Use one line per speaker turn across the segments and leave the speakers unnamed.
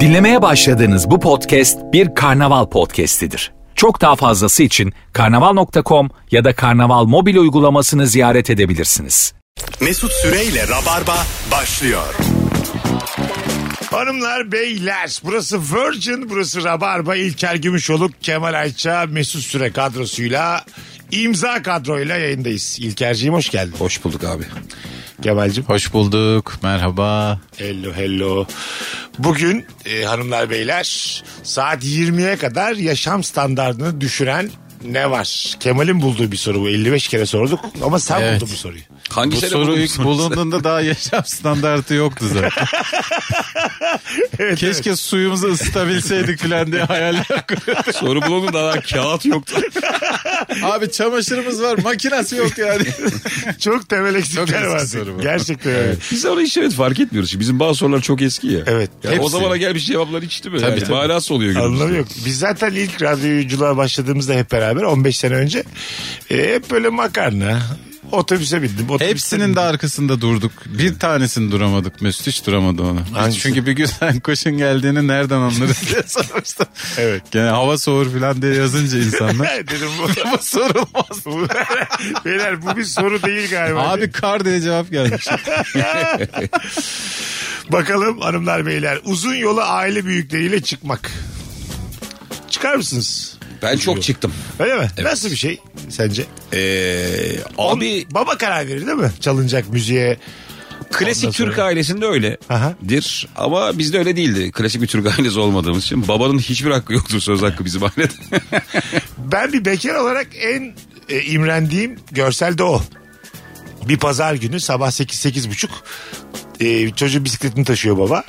Dinlemeye başladığınız bu podcast bir karnaval podcastidir. Çok daha fazlası için karnaval.com ya da karnaval mobil uygulamasını ziyaret edebilirsiniz.
Mesut Süreyle Rabarba başlıyor.
Hanımlar beyler burası Virgin burası Rabarba İlker Gümüşoluk Kemal Ayça Mesut Süre kadrosuyla imza kadroyla yayındayız. İlkerciğim hoş geldin.
Hoş bulduk abi.
Kemal'cim.
Hoş bulduk. Merhaba.
Hello hello. Bugün e, hanımlar beyler saat 20'ye kadar yaşam standartını düşüren ne var? Kemal'in bulduğu bir soru bu. 55 kere sorduk ama sen
Evet.
buldun bu soruyu.
Bu
Hangi sene
soru ilk
bulmuşsunuz?
bulunduğunda daha yaşam standartı yoktu zaten. Keşke suyumuzu ısıtabilseydik falan diye hayaller kuruyorduk.
soru bulundu da daha kağıt yoktu.
Abi çamaşırımız var makinesi yok yani.
Çok temel eksikler
eski
var.
soru bu.
Gerçekten öyle.
Biz ona işaret fark etmiyoruz. Şimdi Bizim bazı sorular çok eski ya.
Evet.
Yani
Hepsi.
o zamana gelmiş cevaplar hiç değil mi?
Tabii,
yani
tabii.
Manası oluyor günümüzde.
Anlamı yok. Biz zaten ilk radyoculuğa başladığımızda hep beraber 15 sene önce e, hep böyle makarna. Otobüse bindim. otobüse
Hepsinin
bindim.
de arkasında durduk. Bir tanesini duramadık. Mesut hiç duramadı onu. Biz
Hangisi?
Çünkü bir gün sen koşun geldiğini nereden anlarız diye sormuştum.
Evet.
Gene hava soğur falan diye yazınca insanlar.
He, Dedim bu.
Ama sorulmaz.
bu- Beyler bu bir soru değil galiba.
Abi kar diye cevap gelmiş.
Bakalım hanımlar beyler uzun yola aile büyükleriyle çıkmak. Çıkar mısınız?
Ben çok çıktım.
Öyle mi? Nasıl bir şey sence?
Ee, abi
On- baba karar verir değil mi? Çalınacak müziğe. Ondan
klasik
sonra-
Türk ailesinde
Aha.
öyledir. Ama bizde öyle değildi. Klasik bir Türk ailesi olmadığımız için. Babanın hiçbir hakkı yoktur söz hakkı bizim ailede.
Ben bir bekar olarak en e, imrendiğim görsel de o. Bir pazar günü sabah 8 buçuk e, çocuğu bisikletini taşıyor baba.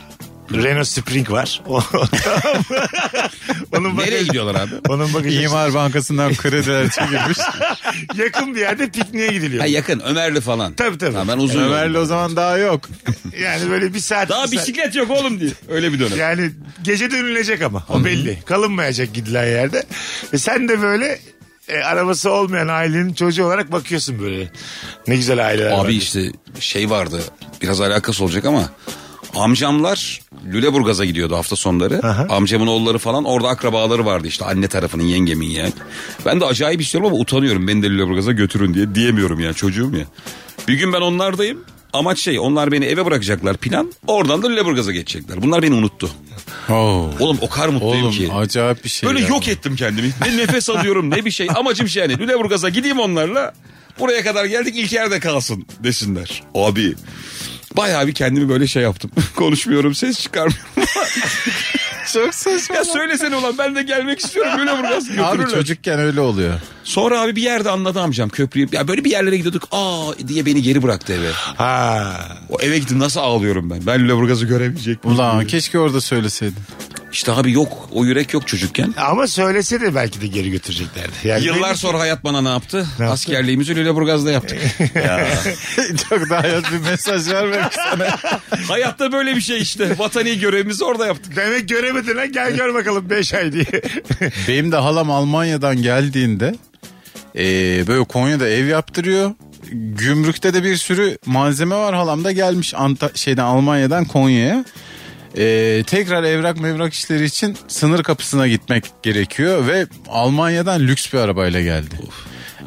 Renault Spring var. O- Tamam mı? onun
Nereye
bagajı-
gidiyorlar abi?
Onun bagajı
İmar Bankası'ndan krediler çekilmiş.
yakın bir yerde pikniğe gidiliyor.
Ha, yakın Ömerli falan.
Tabii, tabii.
Ha, ben uzun
Ömer'le
yolum.
o zaman daha yok.
Yani böyle bir saat.
Daha
bir saat-
bisiklet yok oğlum diye. Öyle bir dönem.
Yani gece dönülecek ama o belli. Kalınmayacak gidilen yerde. Ve sen de böyle e, arabası olmayan ailenin çocuğu olarak bakıyorsun böyle. Ne güzel aileler var.
Abi işte şey vardı biraz alakası olacak ama amcamlar Lüleburgaz'a gidiyordu hafta sonları.
Aha.
Amcamın oğulları falan orada akrabaları vardı işte anne tarafının yengemin yani. Ben de acayip istiyorum ama utanıyorum beni de Lüleburgaz'a götürün diye diyemiyorum yani çocuğum ya. Bir gün ben onlardayım amaç şey onlar beni eve bırakacaklar plan oradan da Lüleburgaz'a geçecekler. Bunlar beni unuttu. Oğlum o kadar mutluyum
Oh, Oğlum
ki.
acayip bir şey.
Böyle
ya.
yok ettim kendimi. Ne nefes alıyorum ne bir şey. Amacım şey yani Lüleburgaz'a gideyim onlarla. Buraya kadar geldik ilk yerde kalsın desinler. Abi bayağı bir kendimi böyle şey yaptım. Konuşmuyorum ses çıkarmıyorum.
Çok saçma.
ya söylesene ulan ben de gelmek istiyorum Lüleburgaz.
Abi
Götürürler.
çocukken öyle oluyor.
Sonra abi bir yerde anladı amcam köprüyü. Ya böyle bir yerlere gidiyorduk aa diye beni geri bıraktı eve.
Ha.
O eve gittim nasıl ağlıyorum ben. Ben Lüleburgaz'ı göremeyecek miyim?
Ulan keşke orada söyleseydin.
İşte abi yok o yürek yok çocukken.
Ama söylese de belki de geri götüreceklerdi. Yani
Yıllar
benim-
sonra hayat bana ne yaptı?
yaptı?
Askerliğimizi Lüleburgaz'da yaptık.
Çok daha hayat bir mesaj vermemiş sana.
Hayatta böyle bir şey işte. Vatani görevimizi orada yaptık.
Demek göremedin ha gel gör bakalım 5 ay diye.
Benim de halam Almanya'dan geldiğinde eee, böyle Konya'da ev yaptırıyor. Gümrükte de bir sürü malzeme var halam da gelmiş Anta şeyden Almanya'dan Konya'ya. Eee, tekrar evrak mevrak işleri için sınır kapısına gitmek gerekiyor ve Almanya'dan lüks bir arabayla geldi.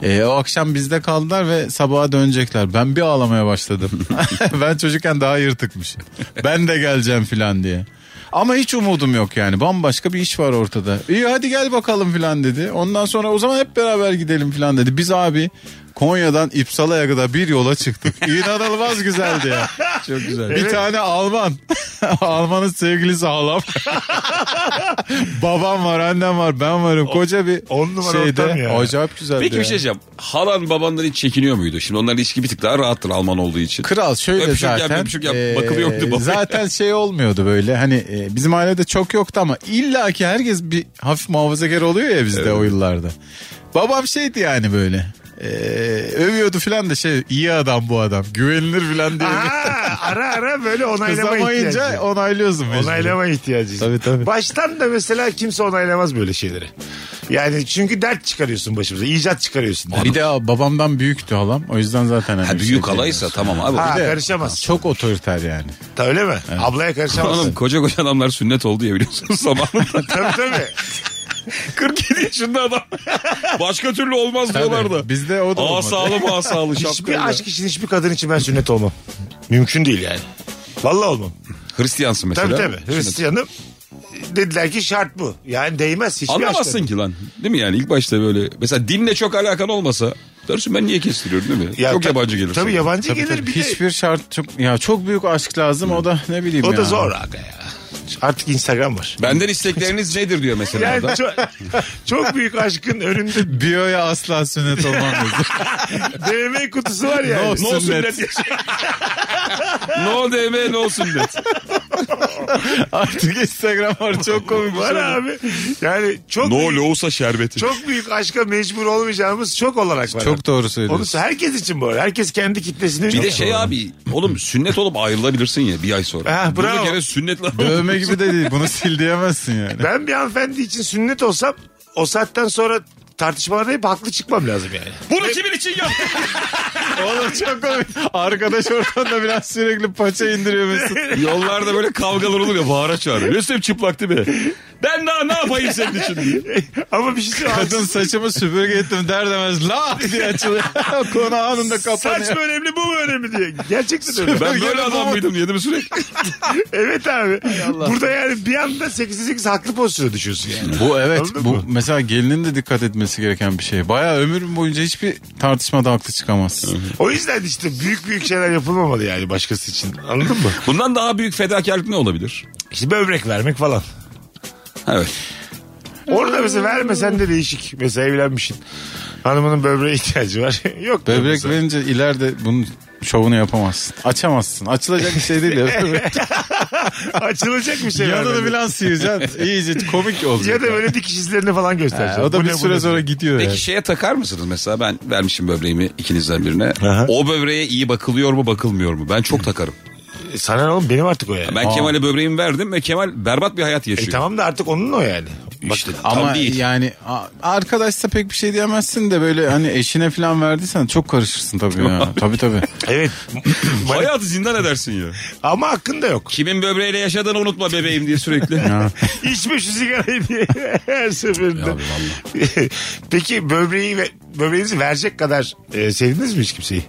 Ee, o akşam bizde kaldılar ve sabaha dönecekler. Ben bir ağlamaya başladım. ben çocukken daha yırtıkmışım. Ben de geleceğim filan diye. Ama hiç umudum yok yani. Bambaşka bir iş var ortada. İyi hadi gel bakalım filan dedi. Ondan sonra o zaman hep beraber gidelim filan dedi. Biz abi Konya'dan İpsala'ya kadar bir yola çıktık. İnanılmaz güzeldi ya.
Çok güzel.
Bir tane Alman. Alman'ın sevgilisi halam. Babam var, annem var, ben varım. Koca bir
on numara ortam
şeyde.
ya.
Acayip güzeldi.
Peki bir
ya.
şey diyeceğim. Halan babandan hiç çekiniyor muydu? Şimdi onların ilişki bir tık daha rahattır Alman olduğu için.
Kral şöyle
Öpücük yap,
zaten.
öpücük şey yap.
eee,
Bakılıyordu babaya.
Zaten şey olmuyordu böyle. Hani e, bizim ailede çok yoktu ama illaki herkes bir hafif muhafazakar oluyor ya bizde o yıllarda. Babam şeydi yani böyle. Ee, övüyordu filan da şey iyi adam bu adam güvenilir filan diye. bir-
Aa, ara ara böyle onaylama
Kızamayınca
ihtiyacı.
onaylıyorsun. mecburen.
Onaylama ihtiyacı.
Tabii, tabii.
Baştan da mesela kimse onaylamaz böyle şeyleri. Yani çünkü dert çıkarıyorsun başımıza. icat çıkarıyorsun.
Bir de babamdan büyüktü halam. O yüzden zaten. hani
Ha,
bir
büyük
şey
halaysa
diyemez.
tamam abi.
Ha,
Bir de-
karışamaz.
Çok otoriter yani.
Ta öyle mi? Ablaya
Oğlum
karışamazsın.
koca koca adamlar sünnet oldu ya biliyorsunuz sabahında.
tabii tabii.
47 yaşında adam. Başka türlü olmaz diyorlar da.
Bizde o da olmadı.
Asalı masalı şapkayla.
hiçbir aşk için hiçbir kadın için ben sünnet olmam. Mümkün değil yani. Vallahi olmam.
Hristiyansın mesela.
Tabii tabii.
Sünnet.
Hristiyanım. Dediler ki şart bu. Yani değmez hiçbir
Anlamazsın
aşktan.
ki lan. Değil mi yani ilk başta böyle. Mesela dinle çok alakan olmasa. Dersin ben niye kestiriyorum değil mi?
Ya
çok
ta-
yabancı gelir.
Tabii
sana.
yabancı
Tabii,
gelir
tabii.
bir de-
Hiçbir şart çok ya çok büyük aşk lazım o da ne bileyim
O
ya.
da zor aga ya. Artık Instagram var.
Benden istekleriniz nedir diyor mesela.
Yani
adam.
çok, çok büyük aşkın önünde
Biyo'ya asla sünnet olmam lazım.
DM kutusu var yani.
No,
No
sünnet.
sünnet. no DM no sünnet.
Artık Instagram var çok komik. şey
var abi. Yani çok büyük,
loğusa şerbeti.
çok büyük aşka mecbur olmayacağımız çok olarak var.
Çok doğru
Onu
söylüyorsun.
herkes için bu arada. Herkes kendi kitlesini.
Bir de şey abi oğlum sünnet olup ayrılabilirsin ya bir ay sonra.
Ha, bravo.
Bunu kere sünnetle
Dövme gibi de değil bunu sil diyemezsin yani.
Ben bir hanımefendi için sünnet olsam o saatten sonra tartışmalarda hep haklı çıkmam lazım yani.
Bunu kimin için yaptın?
Oğlum çok komik. Arkadaş ortamda biraz sürekli paça indiriyor Mesut.
Yollarda böyle kavgalar olur ya bağıra çağırıyor. Yusuf çıplak değil mi? Ben daha ne yapayım senin için diye.
Ama bir şey söyleyeyim.
Kadın saçımı süpürge ettim der demez la diye açılıyor. Konu anında kapanıyor.
Saç mı önemli bu mu önemli diye. Gerçekten öyle.
Ben böyle adam mıydım yedi mi sürekli?
Evet abi. Burada yani bir anda 8'e 8 haklı pozisyona düşüyorsun yani.
Bu evet
Anladın
bu
mı?
mesela gelinin de dikkat etmesi gereken bir şey. Bayağı ömrüm boyunca hiçbir tartışmada haklı çıkamaz.
O yüzden işte büyük büyük şeyler yapılmamalı yani başkası için. Anladın mı?
Bundan daha büyük fedakarlık ne olabilir?
İşte böbrek vermek falan.
Evet.
Orada mesela vermesen de değişik. Mesela evlenmişsin. Hanımının böbreğe ihtiyacı var. Yok. diyor
Böbrek
mesela.
verince ileride bunun şovunu yapamazsın. Açamazsın. Açılacak bir şey değil ya.
Açılacak bir şey. vermedi.
Yanını falan sıyıracaksın. İyice komik olacak.
Ya da böyle dikiş izlerini falan göstereceğim.
Ha, o da
Bu
bir
ne, bu
süre
ne?
sonra gidiyor
Peki
yani.
şeye takar mısınız mesela ben vermişim böbreğimi ikinizden birine.
Aha.
O böbreğe iyi bakılıyor mu bakılmıyor mu? Ben çok takarım.
E, Sana ne oğlum benim artık o yani.
Ben Kemal'e böbreğimi verdim ve Kemal berbat bir hayat yaşıyor.
E tamam da artık onun o yani.
İşte tam
Ama
değil.
yani a- arkadaşsa pek bir şey diyemezsin de böyle hani eşine falan verdiysen çok karışırsın tabii ya. tabii tabii.
Evet.
Hayatı zindan edersin ya.
Ama hakkın da yok.
Kimin böbreğiyle yaşadığını unutma bebeğim diye sürekli.
İçme şu sigarayı diye her seferinde. Peki böbreği ve, böbreğinizi verecek kadar e, sevdiniz mi hiç kimseyi?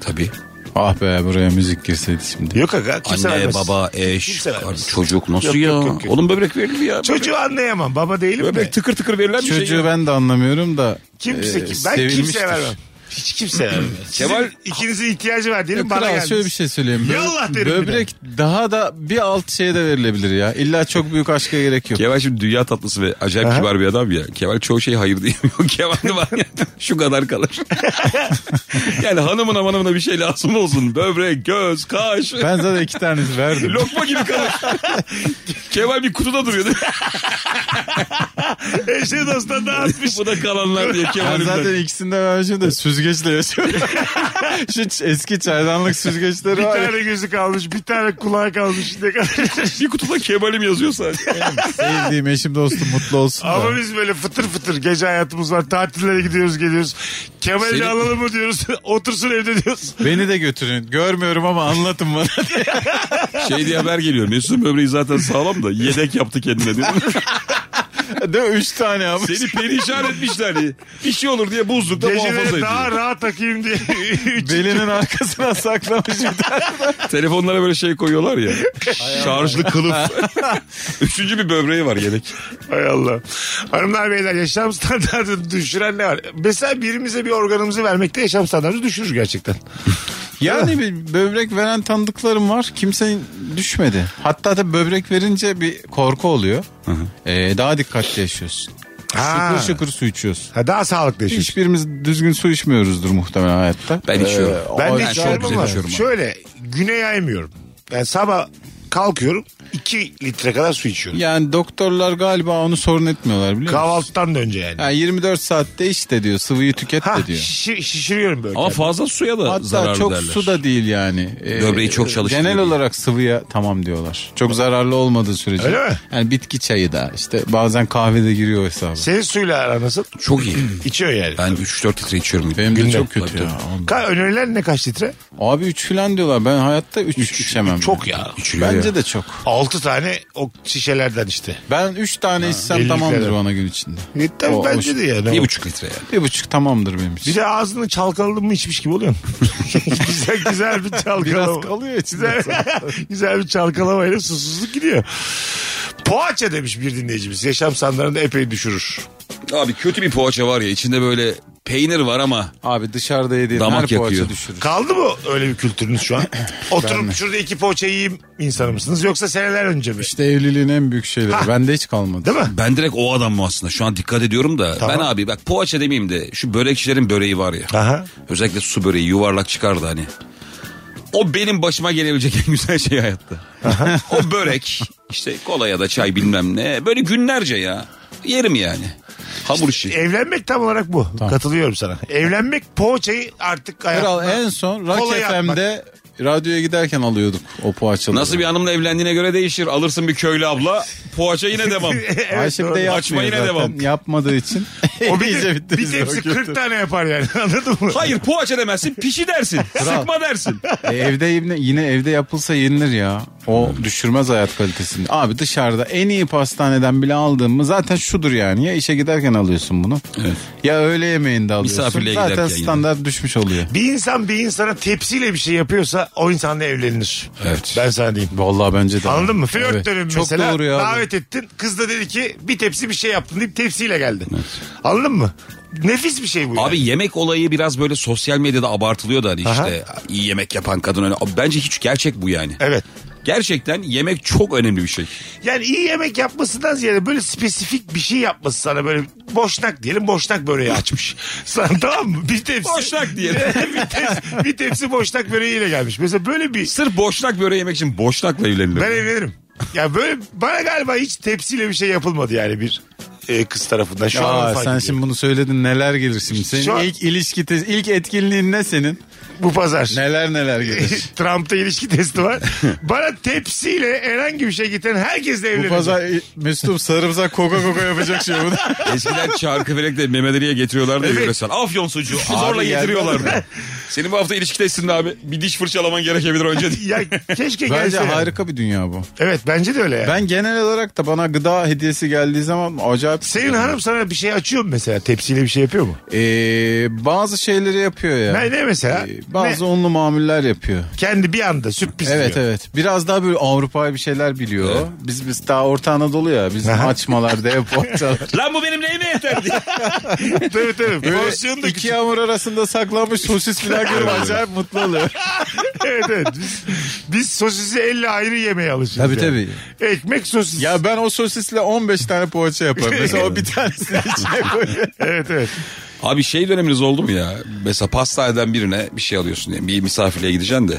Tabii.
Ah be buraya müzik girseydi şimdi.
Yok aga kimse
Anne,
vermez.
baba, eş,
Kimse vermez.
çocuk nasıl
Yok,
ya?
yok, yok, yok.
Oğlum böbrek verilir ya.
Çocuğu anlayamam. Baba değilim
Böbrek
de.
tıkır tıkır verilen bir şey.
Çocuğu
ya.
ben de anlamıyorum da.
Kimse
e,
ki. Ben
sevilmiştir.
kimseye vermem. Hiç kimseye vermem. Kemal
Kemal-
ikinizin ihtiyacı var diyelim
Ya
bana
kral,
geldiniz.
şöyle bir şey söyleyeyim. Bö-
Yallah derim bir
Böbrek daha da bir alt şeye de verilebilir ya. İlla çok büyük aşka gerek yok.
Kemal şimdi dünya tatlısı ve acayip kibar bir adam ya. Kemal çoğu şey hayır diyemiyor. Kemal de var ya şu kadar kalır. yani hanımına manımına bir şey lazım olsun. Böbrek, göz, kaş.
Ben zaten iki tanesi verdim.
Lokma gibi kalır. Kemal bir kutuda duruyor değil mi?
Eşe dosta dağıtmış.
şey- Bu da kalanlar diye
Ben
Kemal'in
zaten
de.
ikisini de vermişim de süzgeçle yaşıyorum. Şu ç- eski çaydanlık süzgeçleri
Bir
var ya.
tane gözü kalmış, bir tane kulağı kalmış. Ne kadar
Bir kutuda Kemal'im yazıyor sadece.
Sevdiğim eşim dostum mutlu olsun. da.
Ama biz böyle fıtır fıtır gece hayatımız var. Tatillere gidiyoruz geliyoruz. Kemal'i
Senin-
alalım mı diyoruz. Otursun evde diyoruz.
Beni de götürün. Görmüyorum ama anlatın bana.
Şey diye haber geliyor. Mesut'un böbreği zaten sağlam da yedek yaptı kendine diyor.
Değil mi? Üç tane ama.
Seni perişan etmişler. diye. Bir şey olur diye buzlukta muhafaza
Geceleri
ediyor.
daha rahat takayım diye.
Belinin arkasına saklamış bir tane.
Telefonlara böyle şey koyuyorlar ya. Şarjlı kılıf. Üçüncü bir böbreği var yedek.
Hay Allah. Hanımlar beyler yaşam standartını düşüren ne var? Mesela birimize bir organımızı vermekte yaşam standartını düşürür gerçekten.
Yani bir böbrek veren tanıdıklarım var. Kimse düşmedi. Hatta da böbrek verince bir korku oluyor. Ee, daha dikkatli yaşıyorsun.
Ha.
Şıkır şıkır su içiyorsun.
Ha, daha sağlıklı yaşıyorsun.
Hiçbirimiz düzgün su içmiyoruzdur muhtemelen hayatta. Ee,
Ben içiyorum.
o-
Ben de
Ben
hiç
çok
ayrımım
güzel
var.
içiyorum abi.
Şöyle güne yaymıyorum. Ben sabah kalkıyorum 2 litre kadar su içiyorum.
Yani doktorlar galiba onu sorun etmiyorlar biliyor musun?
Kahvaltıdan da önce yani.
Yani 24 saatte iç de diyor sıvıyı tüket
Ha,
de diyor.
şişir- şişiriyorum böyle.
Ama fazla suya da
Hatta
zararlı
çok
derler.
su da değil yani. Ee,
Böbreği çok çalıştırıyor
Genel
diye.
olarak sıvıya tamam diyorlar. Çok zararlı olmadığı sürece.
Öyle mi?
Yani bitki çayı da işte bazen kahve de giriyor hesaba.
Senin suyla aran nasıl?
Çok iyi.
İçiyor yani.
Ben 3-4 litre içiyorum.
Benim de
Günde.
çok kötü
Tabii,
ya.
Ka önerilen ne kaç litre?
Abi 3 falan diyorlar. Ben hayatta 3 içemem.
Çok
yani.
ya.
Bence de çok.
6 tane o şişelerden işte.
Ben 3 tane içsem
elli
tamamdır
kadar.
bana gün içinde.
E, tabii
O-
bence
o-
de yani.
Bir
O-
buçuk litre yani.
Bir buçuk tamamdır benim için.
Bir de ağzını çalkaladın mı içmiş gibi oluyorsun. güzel güzel bir çalkalama.
Biraz kalıyor içinde
Güzel, güzel bir çalkalamayla susuzluk gidiyor. Poğaça demiş bir dinleyicimiz. Yaşam standartını epey düşürür.
Abi kötü bir poğaça var ya içinde böyle peynir var ama
Abi dışarıda yediğin
Damak
her poğaça
yakıyor.
düşürür.
Kaldı mı öyle bir kültürünüz şu an? Oturup şurada iki poğaça yiyeyim insanı mısınız? Yoksa seneler önce mi?
İşte evliliğin en büyük şeyleri. Bende hiç kalmadı.
Değil mi?
ben direkt o adamım aslında. Şu an dikkat ediyorum da
Tamam.
ben abi bak poğaça demeyeyim de şu börekçilerin böreği var ya.
Aha.
Özellikle su böreği yuvarlak çıkardı hani. O benim başıma gelebilecek en güzel şey hayatta. o börek işte kola ya da çay bilmem ne. Böyle günlerce ya. Yerim yani. Hamur işi.
Evlenmek tam olarak bu. Katılıyorum sana. Evlenmek poğaçayı artık hayatına...
Kral en son Rock
Kolay
FM'de radyoya giderken alıyorduk o poğaçaları.
Nasıl bir hanımla evlendiğine göre değişir. Alırsın bir köylü abla. Poğaça yine devam.
Evet,
Ayşe bir
doğru.
de
Açma
yapmıyor
yine
zaten.
devam.
Yapmadığı için.
O bir,
iyice
te- bir
bitti bize o
tepsi
kültür.
40 tane yapar yani anladın mı?
Hayır poğaça demezsin. Pişi dersin. Sıkma dersin.
E, evde yine, yine evde yapılsa yenilir ya. O düşürmez hayat kalitesini. Abi dışarıda en iyi pastaneden bile aldığın mı zaten şudur yani. Ya işe giderken alıyorsun bunu. Ya öğle yemeğinde alıyorsun.
Misafirliğe
zaten
giderken yine.
standart düşmüş oluyor.
Bir insan bir insana tepsiyle bir şey yapıyorsa o insanla evlenir.
Evet.
Ben sana diyeyim.
Vallahi bence de.
Anladın mı? Flört
Evet.
dönemi
Çok
mesela
doğru ya.
davet ettin. Kız da dedi ki bir tepsi bir şey yaptın deyip tepsiyle geldi. Anladın mı? Nefis bir şey bu.
Abi
yani.
yemek olayı biraz böyle sosyal medyada abartılıyor da hani
Aha.
işte iyi yemek yapan kadın öyle. Bence hiç gerçek bu yani.
Evet.
Gerçekten yemek çok önemli bir şey.
Yani iyi yemek yapmasından ziyade böyle spesifik bir şey yapması sana böyle boşnak diyelim boşnak böreği açmış. Sana tamam mı? Bir tepsi.
Boşnak diyelim.
bir, tepsi, bir tepsi boşnak böreğiyle gelmiş. Mesela böyle bir
Sırf boşnak böreği yemek için boşnakla evlenilir.
Ben evlenirim. Ya böyle bana galiba hiç tepsiyle bir şey yapılmadı yani bir e, kız tarafından. Şu an
Aa,
fark
sen
ediyorum.
şimdi bunu söyledin neler gelir şimdi? Senin
Şu an-
ilk ilişki te- ilk etkinliğin ne senin?
bu pazar.
Neler neler gelir?
Trump'ta ilişki testi var. bana tepsiyle herhangi bir şey getiren herkesle
Bu
evleneceğim.
pazar e, Mesut'um sarımsak koka koka yapacak şey bunu.
Eskiden çarkı de memeleriye getiriyorlardı
Evet.
evet. yöresel. Afyon sucuğu zorla
geldi.
yediriyorlardı. Senin bu hafta ilişki testinde abi bir diş fırçalaman gerekebilir önce diye.
Ya keşke
Bence
gelse. yani.
harika bir dünya bu.
Evet bence de öyle yani.
Ben genel olarak da bana gıda hediyesi geldiği zaman acayip...
Senin hanım sana bir şey açıyor mu mesela? Tepsiyle bir şey yapıyor mu?
Ee, bazı şeyleri yapıyor ya.
Ne, ne mesela?
Ee, bazı
Ne?
onlu mamuller yapıyor.
Kendi bir anda sürpriz
Evet
diyor.
evet. Biraz daha böyle Avrupa'ya bir şeyler biliyor. Biz biz daha Orta Anadolu ya. Bizim
Aha.
açmalar, dev poğaçalar.
Lan bu benim neyime yeter diye.
tabii tabii. Porsiyonu da
Böyle
küçük.
iki hamur arasında saklanmış sosis falan görüp acayip mutlu oluyor.
evet evet. Biz, biz sosisi elle ayrı yemeye alışırız.
Tabii,
yani. Ekmek sosis.
ya ben o sosisle 15 tane poğaça yaparım. Mesela o bir tanesini içine koyuyor.
Evet evet.
Abi şey döneminiz oldu mu ya? Mesela pastaneden birine bir şey alıyorsun diye. Bir misafirliğe gideceksin de.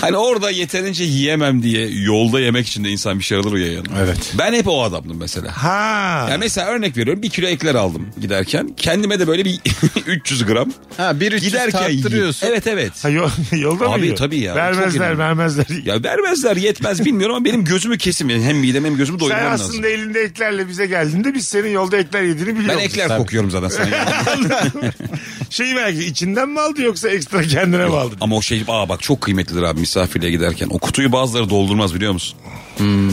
Hani orada yeterince yiyemem diye yolda yemek için de insan bir şey alır ya yanına.
Evet.
Ben hep o adamdım mesela.
Ha.
Yani mesela örnek veriyorum bir kilo ekler aldım giderken. Kendime de böyle bir 300 gram.
Ha bir üç
Giderken yiyeyim.
tarttırıyorsun.
Evet evet.
Ha, yol, yolda mı
Abi,
yiyor?
tabii ya. Çok
Vermezler
önemli.
vermezler.
Ya vermezler yetmez bilmiyorum ama benim gözümü kesim. Yani hem midem hem gözümü
Sen
doyurmam
aslında
lazım.
elinde eklerle bize geldiğinde biz senin yolda ekler yediğini
Ben
biliyoruz.
ekler kokuyorum zaten sana.
Şeyi belki içinden mi aldı yoksa ekstra kendine mi aldı?
ama o şey aa bak çok kıymetlidir abi misafirliğe giderken. O kutuyu bazıları doldurmaz biliyor musun?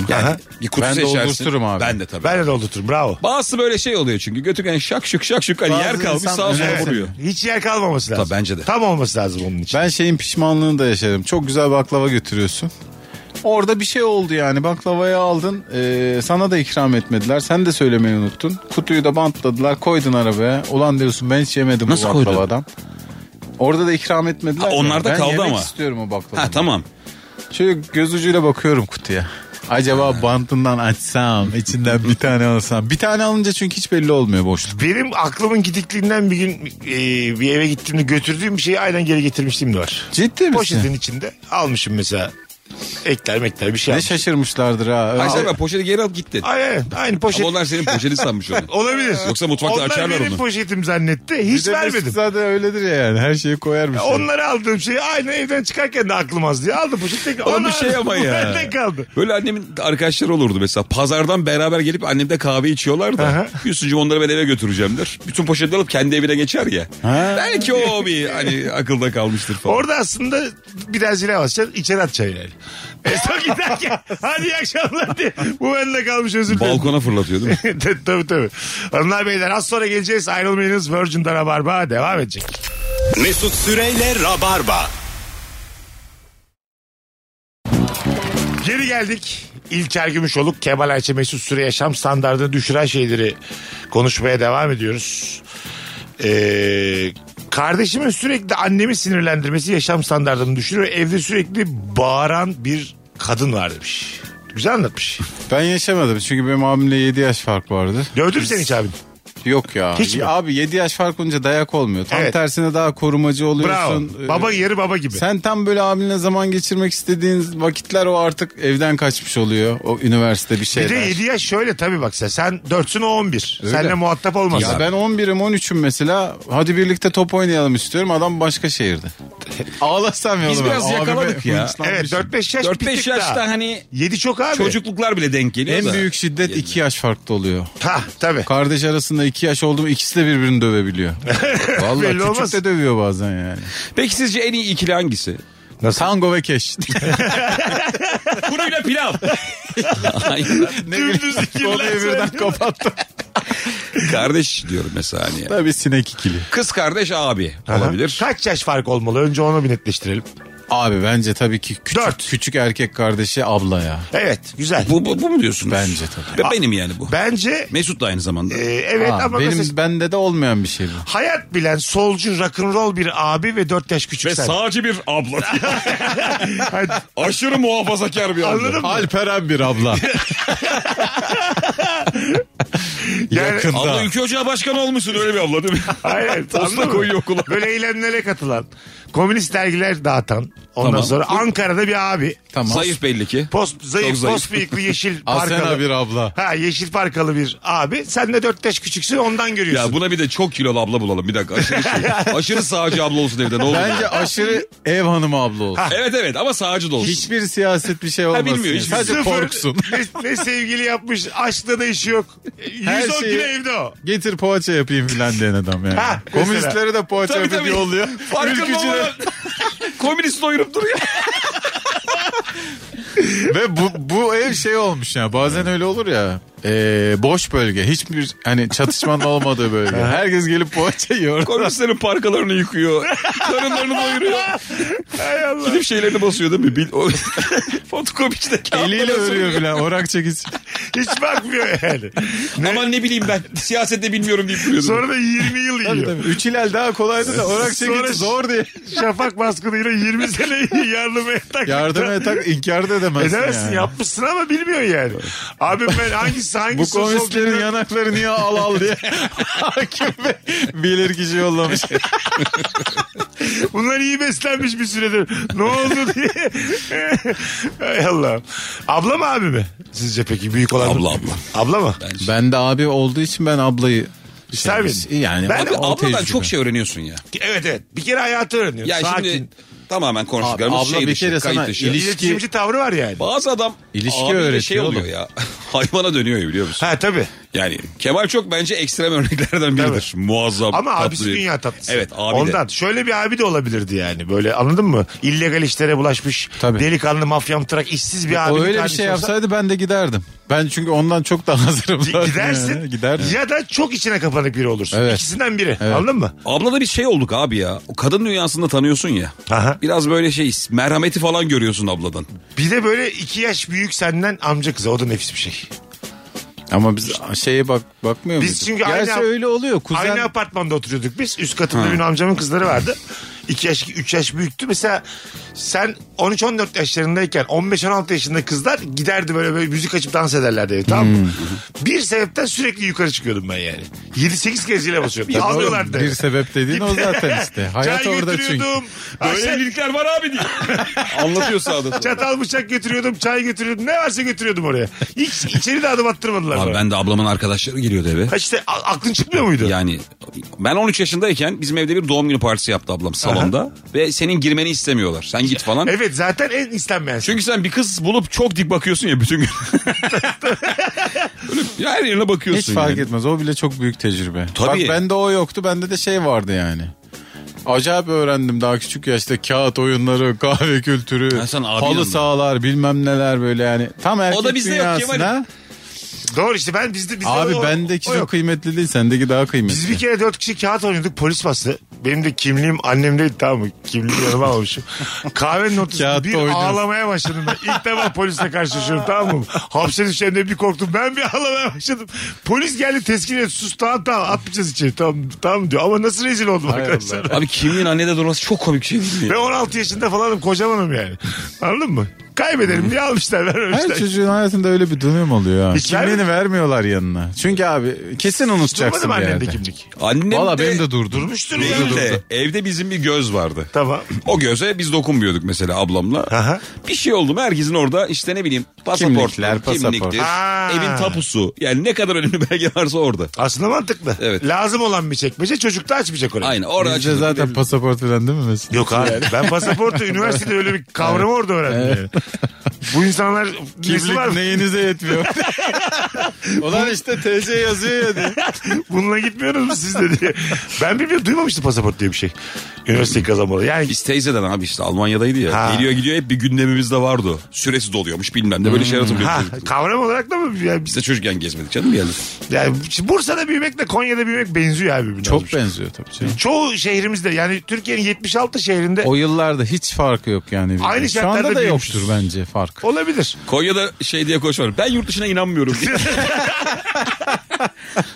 Yani
Aha.
bir kutu
Ben
seçersin.
doldurturum abi.
Ben de tabii.
Ben de doldurturum bravo.
Bazısı böyle şey oluyor çünkü götürken şak şık şak şık hani
Bazı
yer kalmış
insan-
sağa sola
Evet.
vuruyor.
Hiç yer kalmaması lazım.
Tabii, bence de.
Tam olması lazım onun için.
Ben şeyin pişmanlığını da yaşarım. Çok güzel baklava götürüyorsun. Orada bir şey oldu yani baklavayı aldın eee, sana da ikram etmediler sen de söylemeyi unuttun kutuyu da bantladılar koydun arabaya ulan diyorsun ben hiç yemedim
Nasıl
bu
koydun?
baklavadan orada da ikram etmediler
Ha,
ya.
onlarda
ben
kaldı
yemek
ama.
istiyorum o baklavadan
Ha tamam.
şöyle göz ucuyla bakıyorum kutuya acaba bantından açsam içinden bir tane alsam bir tane alınca çünkü hiç belli olmuyor boşluk
Benim aklımın gidikliğinden bir gün e, bir eve gittiğimde götürdüğüm bir şeyi aynen geri getirmişliğim de var.
ciddi misin?
Poşetin içinde almışım mesela Ekler mekler bir şey
Ne
yapmış.
şaşırmışlardır ha.
Ayşe
Öyle-
abi, poşeti geri al gitti.
Aynen aynı poşet.
Ama onlar senin poşeti sanmış onu.
Olabilir.
Yoksa mutfakta
Onlar
açarlar
benim
onu.
poşetim zannetti.
Bir
Hiç
de
vermedim.
Mesut Zaten öyledir ya yani. Her şeyi koyarmış. yani.
Onları aldığım şeyi aynı evden çıkarken de aklım az diye aldım poşet tekrar.
Oğlum bir
Ana,
şey ama
bu
ya.
Ne kaldı?
Böyle annemin arkadaşları olurdu mesela. Pazardan beraber gelip annemde kahve içiyorlar da.
Aha.
Yusuf'cum onları ben eve götüreceğim der. Bütün poşetleri alıp kendi evine geçer ya. Belki o bir hani akılda kalmıştır falan.
Orada aslında biraz zile basacaksın içeri atacaksın yani. E son giderken hadi iyi akşamlar diye. Bu bende kalmış özür dilerim.
Balkona fırlatıyor değil mi?
tabii tabii. Hanımlar beyler az sonra geleceğiz. Ayrılmayınız. Virgin'de Rabarba devam edecek.
Mesut Süreyle Rabarba.
Geri geldik. İlker Gümüşoluk, Kemal Ayça Mesut Süre yaşam standartını düşüren şeyleri konuşmaya devam ediyoruz. Ee, kardeşimin sürekli annemi sinirlendirmesi yaşam standartını düşürüyor. Evde sürekli bağıran bir kadın var demiş. Güzel anlatmış.
Ben yaşamadım çünkü benim abimle 7 yaş fark vardı.
Dövdü mü seni hiç abin?
Yok ya.
Hiç mi?
Abi 7 yaş fark olunca dayak olmuyor. Tam
Evet.
tersine daha korumacı
Bravo.
oluyorsun. Ee,
Baba yeri baba gibi.
Sen tam böyle abinle zaman geçirmek istediğiniz vakitler o artık evden kaçmış oluyor. O üniversite bir
bir de
şeyler.
7 yaş şöyle tabii bak sen. Sen 4'sün o 11.
Öyle.
Seninle muhatap olmaz.
Ya ben 11'im 13'üm mesela. Hadi birlikte top oynayalım istiyorum. Adam başka şehirde. Ağlasam ya.
Biz
oğlum ben.
biraz
Abime
yakaladık ya.
hınçlanmışım.
Evet 4-5 yaş 4-5 bir
4-5
tık
yaşta
daha.
hani
7 çok abi.
çocukluklar bile denk geliyor
En
da.
büyük şiddet 2 yaş farkta oluyor.
Ha tabii.
Kardeş arasında 2 yaş oldu mu ikisi de birbirini dövebiliyor. Vallahi
Belli
küçük
olmaz.
de dövüyor bazen yani.
Peki sizce en iyi ikili hangisi?
Tango ve keş.
Kuruyla pilav. Aynen.
Dümdüz
Konuyu
ikirler.
birden kapattım.
kardeş diyorum mesela hani.
Tabii sinek ikili.
Kız kardeş abi olabilir.
Kaç yaş fark olmalı? Önce onu bir netleştirelim.
Abi bence tabii ki küçük,
Dört.
küçük erkek kardeşi abla ya.
Evet güzel.
Bu, bu, bu mu diyorsunuz?
Bence tabii.
Ve benim yani bu.
Bence
Mesut da aynı zamanda.
e, evet
Aa,
ama
benim
mesela
bende de olmayan bir şey bu.
hayat bilen solcu rock'n'roll bir abi ve 4 yaş küçük
Ve
sen.
sağcı bir abla.
Hadi,
Aşırı muhafazakar bir abla.
Anladın mı?
Alperen bir abla.
Yani-
Yakında.
Abla ülke ocağı başkanı olmuşsun öyle bir abla değil mi?
Hayır, anladın
Posta
mı?
koyuyor kulağa.
Böyle eylemlere katılan, komünist dergiler dağıtan, ondan
Tamam.
sonra Ankara'da bir abi.
tamam.
Zayıf belli ki.
Post, zayıf,
Çok zayıf.
post bıyıklı yeşil
Asena
parkalı.
bir abla.
Ha yeşil parkalı bir abi. Sen de dört yaş küçüksün ondan görüyorsun.
Ya buna bir de çok kilolu abla bulalım bir dakika. Aşırı, şey. aşırı sağcı abla olsun evde ne olur.
Bence aşırı ev hanımı abla olsun.
Evet evet ama sağcı da olsun.
Hiçbir siyaset bir şey olmasın.
bilmiyor,
yani.
hiçbir-
Sadece
Sıfır,
korksun.
Ne, ne sevgili yapmış. Aşkta da işi yok. 110
Her
kilo
şeyi-
evde o.
Getir poğaça yapayım filan diyen adam yani.
Ha, mesela.
Komünistlere de poğaça
Tabii,
yapıp
tabii.
yolluyor.
Farkında
Ülkücüler-
olmadan komünist doyurup duruyor.
Ve bu, bu ev şey olmuş ya bazen öyle olur ya e, boş bölge hiçbir hani çatışmanın olmadığı bölge. Herkes gelip poğaça yiyor.
Komünistlerin parkalarını yıkıyor. Karınlarını doyuruyor.
Hay Allah.
Gidip şeylerini basıyor değil mi? Bil, o, fotokopide kağıtları
Eliyle
basıyor.
örüyor filan orak çekici.
Hiç bakmıyor yani. Ne?
Aman ne bileyim ben siyasette bilmiyorum deyip duruyordum.
Sonra da 20 yıl
Tabii
yiyor.
tabii. Üç hilal daha kolaydı da orak
Sonra-
çekici zor diye.
Şafak baskınıyla 20 sene yardım et.
Yardım et tak inkar da edemezsin,
Edemezsin
yani.
yapmışsın ama bilmiyorsun yani. Abi ben hangisi
Bu
hangisi olsun
komünistlerin
bilmiyorum.
yanakları niye al al diye hakim ve bilir kişi yollamış.
Bunlar iyi beslenmiş bir süredir. Ne oldu diye. Hay Allah. Abla mı abi mi? Sizce peki büyük olan?
Abla, abla.
Abla mı?
Ben de abi olduğu için ben ablayı şey
İster miydin?
Yani
Ben-
Abi
o
abladan
tecrübe.
çok şey öğreniyorsun ya.
Evet evet. Bir kere hayatı öğreniyor.
Ya
Sakin.
şimdi tamamen konuştuklarımız
Abla
şey
bir
dışı,
kere
kayıt
sana
dışı.
iliş-
İletişimci tavrı var yani.
Bazı adam
İlişki
abiyle şey
öğretiyor
oluyor
oğlum.
ya. Hayvana dönüyor ya biliyor musun?
Ha tabii.
Yani Kemal çok bence ekstrem örneklerden biridir. Muazzam.
Ama
tatlı
abisi
bir-
dünya tatlısı.
Evet abi
Ondan.
de.
Şöyle bir abi de olabilirdi yani. Böyle anladın mı? İllegal işlere bulaşmış.
Tabii.
Delikanlı mafyam tırak işsiz bir abi.
O öyle bir şey yapsaydı ben de giderdim. Ben çünkü ondan çok daha hazırım. zaten
Gidersin.
yani. Giderdim.
Ya da çok içine kapanık biri olursun.
Evet.
İkisinden biri. Anladın mı?
Abla da bir şey olduk abi ya. O kadın dünyasında tanıyorsun ya.
Aha.
Biraz böyle şey merhameti falan görüyorsun abladan.
Bir de böyle iki yaş büyük senden amca kızı. O da nefis bir şey.
Ama biz şeye bak bakmıyor
Biz
muyduk?
çünkü
Gerçi
aynı-
öyle oluyor. Kuzen
Aynı apartmanda oturuyorduk biz. Üst katında bir amcamın kızları vardı. İki yaş, üç yaş büyüktü. Mesela sen 13-14 yaşlarındayken 15-16 yaşında kızlar giderdi böyle böyle müzik açıp dans ederlerdi evi, tamam mı?
Hmm.
Bir sebepten sürekli yukarı çıkıyordum ben yani. 7-8 kez zile basıyordum.
Tabii oğlum,
Alıyorlardı.
Bir sebep dediğin o zaten işte. Hayat
Çay
orada çünkü.
götürüyordum.
Böyle
Akşam-
linkler var abi diye. Anlatıyor sağda.
Çatal bıçak götürüyordum, çay götürüyordum. Ne varsa götürüyordum oraya. Hiç içeri de adım attırmadılar.
Abi
bana.
ben de ablamın arkadaşları geliyordu eve.
Ha işte a- aklın çıkmıyor muydu?
Yani ben 13 yaşındayken bizim evde bir doğum günü partisi yaptı ablam salonda. Ve senin girmeni istemiyorlar. Sen git falan.
Evet zaten en istenmeyen. şey.
Çünkü sen bir kız bulup çok dik bakıyorsun ya bütün gün. Böyle her yerine bakıyorsun.
Hiç fark
yani.
etmez. O bile çok büyük tecrübe.
Tabii.
Bak bende o yoktu. Bende de şey vardı yani. Acayip öğrendim daha küçük yaşta kağıt oyunları, kahve kültürü,
Ha, sen abinin
halı
mi?
sahalar bilmem neler böyle yani. Tam erkek
da bizde yok
dünyasına-
Kemal'im.
Doğru işte ben bizde bizde
Abi
o-
bendeki
o
çok
yok.
kıymetli değil sendeki daha kıymetli.
Biz bir kere dört kişi kağıt oynuyorduk polis bastı. Benim de kimliğim annemdeydi tamam mı? Kimliğimi yanıma almışım. Kahvenin ortasında
Kağıtta
bir
oynadınız.
ağlamaya başladım ben. İlk defa polisle karşılaşıyorum tamam mı? Hapse düşeceğim diye bir korktum. Ben bir ağlamaya başladım. Polis geldi teskin et sus tamam tamam atmayacağız içeri tamam, tamam diyor. Ama nasıl rezil oldum
Hay
arkadaşlar.
Abi kimliğin annede durması çok komik bir şey değil mi?
Ve
ya?
16 yaşında falanım kocamanım yani. Anladın mı? Kaybedelim diye almışlar vermemişler.
Her çocuğun hayatında öyle bir dönem oluyor. ha.
Hiç vermiyor.
Kimliğini vermiyorlar yanına. Çünkü abi kesin unutacaksın
Durmadı mı
bir
annemde
yerde.
kimlik?
Annem
Valla
de,
benim de durdu.
Durmuştur ya.
değil de evde bizim bir göz vardı.
Tamam.
O göze biz dokunmuyorduk mesela ablamla.
Aha.
Bir şey oldu mu herkesin orada işte ne bileyim pasaport,
Kimlikler, pasaport.
kimliktir,
Ha.
evin tapusu. Yani ne kadar önemli belge varsa orada.
Aslında mantıklı.
Evet.
Lazım olan bir çekmece çocuk da açmayacak orayı.
Aynen orada
Bizde
açıldı.
zaten pasaport falan değil mi? mesela?
Yok abi ben pasaportu üniversitede öyle bir kavramı orada öğrendim. yani. Bu insanlar nesi var
Kimlik neyinize yetmiyor. Ulan işte TC yazıyor ya diye.
bununla gitmiyoruz mu siz de diye. Ben bilmiyorum duymamıştım pasaport diye bir şey. Üniversiteyi kazanmalı. Yani
Biz teyzeden abi işte Almanya'daydı ya.
Ha.
Geliyor gidiyor hep bir gündemimizde vardı. o. Süresi doluyormuş bilmem ne böyle şeyler
ha,
hatırlıyoruz.
kavram olarak da mı? Yani, biz-
Biz de çocukken gezmedik canım yani.
yani Bursa'da büyümekle Konya'da büyümek benziyor abi. birbirine.
Çok benziyor tabii canım.
Çoğu şehrimizde yani Türkiye'nin 76 şehrinde
O yıllarda hiç farkı yok yani. birbirine.
Aynı
Şu anda
şartlarda
da
büyümüşüz.
yoktur bence fark.
olabilir.
Konya'da şey diye koç var. Ben yurt dışına inanmıyorum diye.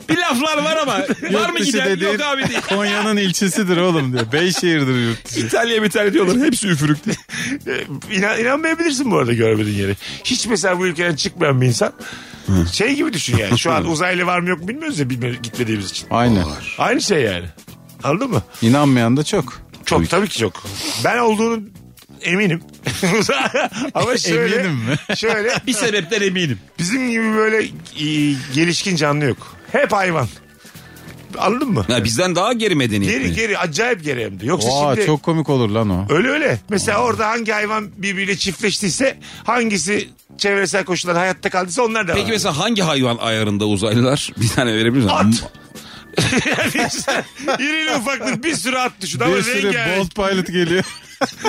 bir laflar var ama var
Yurt
mı
dışı
giden
dediğin
yok abi diye.
Konya'nın ilçesidir oğlum diyor. Beyşehir'dir yurt dışı.
İtalya bir tane diyorlar hepsi üfürük diye.
Ee, İnan, inanmayabilirsin bu arada görmediğin yere. Hiç mesela bu ülkeden çıkmayan bir insan şey gibi düşün yani. Şu an uzaylı var mı yok mu bilmiyoruz ya bilmiyoruz, gitmediğimiz için.
Aynen.
Aynı şey yani. Anladın mı?
İnanmayan da çok.
Çok tabii, ki çok. Ben olduğunu eminim. Ama şöyle,
Eminim mi?
şöyle
Bir sebepten eminim.
bizim gibi böyle e, gelişkin canlı yok. Hep hayvan. Anladın mı?
Ya bizden daha geri medeniyet
Geri
mi?
geri acayip geri hem de. Yoksa
Oha
şimdi
çok komik olur lan o.
Öyle öyle. Mesela orada hangi hayvan birbiriyle çiftleştiyse hangisi çevresel koşullar hayatta kaldıysa onlar da
Peki mesela hangi hayvan ayarında uzaylılar? Bir tane verebilir misin?
At. İrili ufaklık bir sürü at düşün. Ama
Bir sürü
rengarenk.
Bolt Pilot geliyor.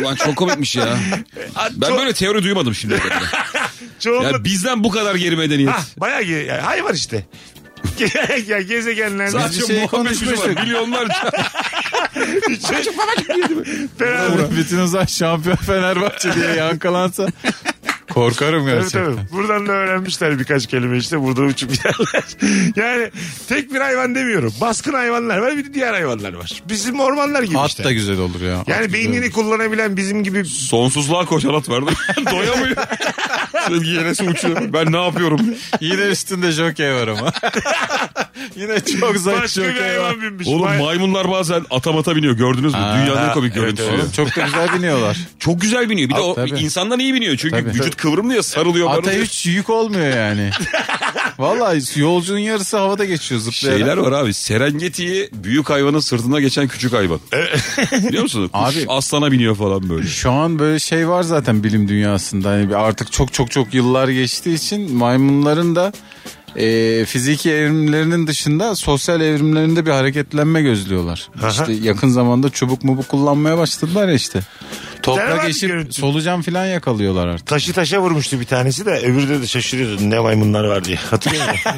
Ulan çok komikmiş ya.
At
Ben
ço-
böyle teori duymadım şimdi.
çoğunluk-
ya bizden bu kadar geri medeniyet.
Ha, bayağı ge- yani hayvan işte. ya gezegenlerde
Zaten-
Sadece
bir şey
Muhammed Yusuf var.
konuşmuştuk.
Milyonlarca.
beraber.
Bütün uzay şampiyon Fenerbahçe diye yakalansa korkarım
Tabii
gerçekten.
tabii. Buradan da öğrenmişler birkaç kelime işte. Burada uçup giderler. yani tek bir hayvan demiyorum. Baskın hayvanlar var bir de diğer hayvanlar var. Bizim ormanlar gibi
At
işte.
da güzel olur ya. At
Yani
güzel
beynini
olur.
kullanabilen bizim gibi
Sonsuzluğa koşanat verdim. Doyamıyor. Sevgi yenesi uçuyor. Ben ne yapıyorum?
Yine üstünde jokey var ama. Yine çok zayıf
başka bir
jokey var.
hayvan binmiş.
Oğlum
Vay-
maymunlar bazen atamata biniyor gördünüz mü? Dünyanın en komik görüntüsü.
Oğlum çok da güzel biniyorlar.
Çok güzel biniyor. Bir de
Abi,
o
tabii.
insandan iyi biniyor. Çünkü
Tabii.
vücut kıvrımlıyor, sarılıyor.
Ata
barılıyor.
hiç yük olmuyor yani. Vallahi yolcunun yarısı havada geçiyor zıplayarak.
Şeyler var abi. Serengeti'yi büyük hayvanın sırtına geçen küçük hayvan. Biliyor musun? Kuş
Abi-
aslana biniyor falan böyle.
Şu an böyle şey var zaten bilim dünyasında. Hani bir artık çok çok çok yıllar geçtiği için maymunların da e, fiziki evrimlerinin dışında sosyal evrimlerinde bir hareketlenme gözlüyorlar. İşte yakın zamanda çubuk mubuk kullanmaya başladılar ya işte.
Canavar
Toprak
bir
eşip
görüntü.
solucan falan yakalıyorlar artık.
Taşı taşa vurmuştu bir tanesi de öbürü de, de şaşırıyordu ne maymunlar var diye. Hatırlıyor musun?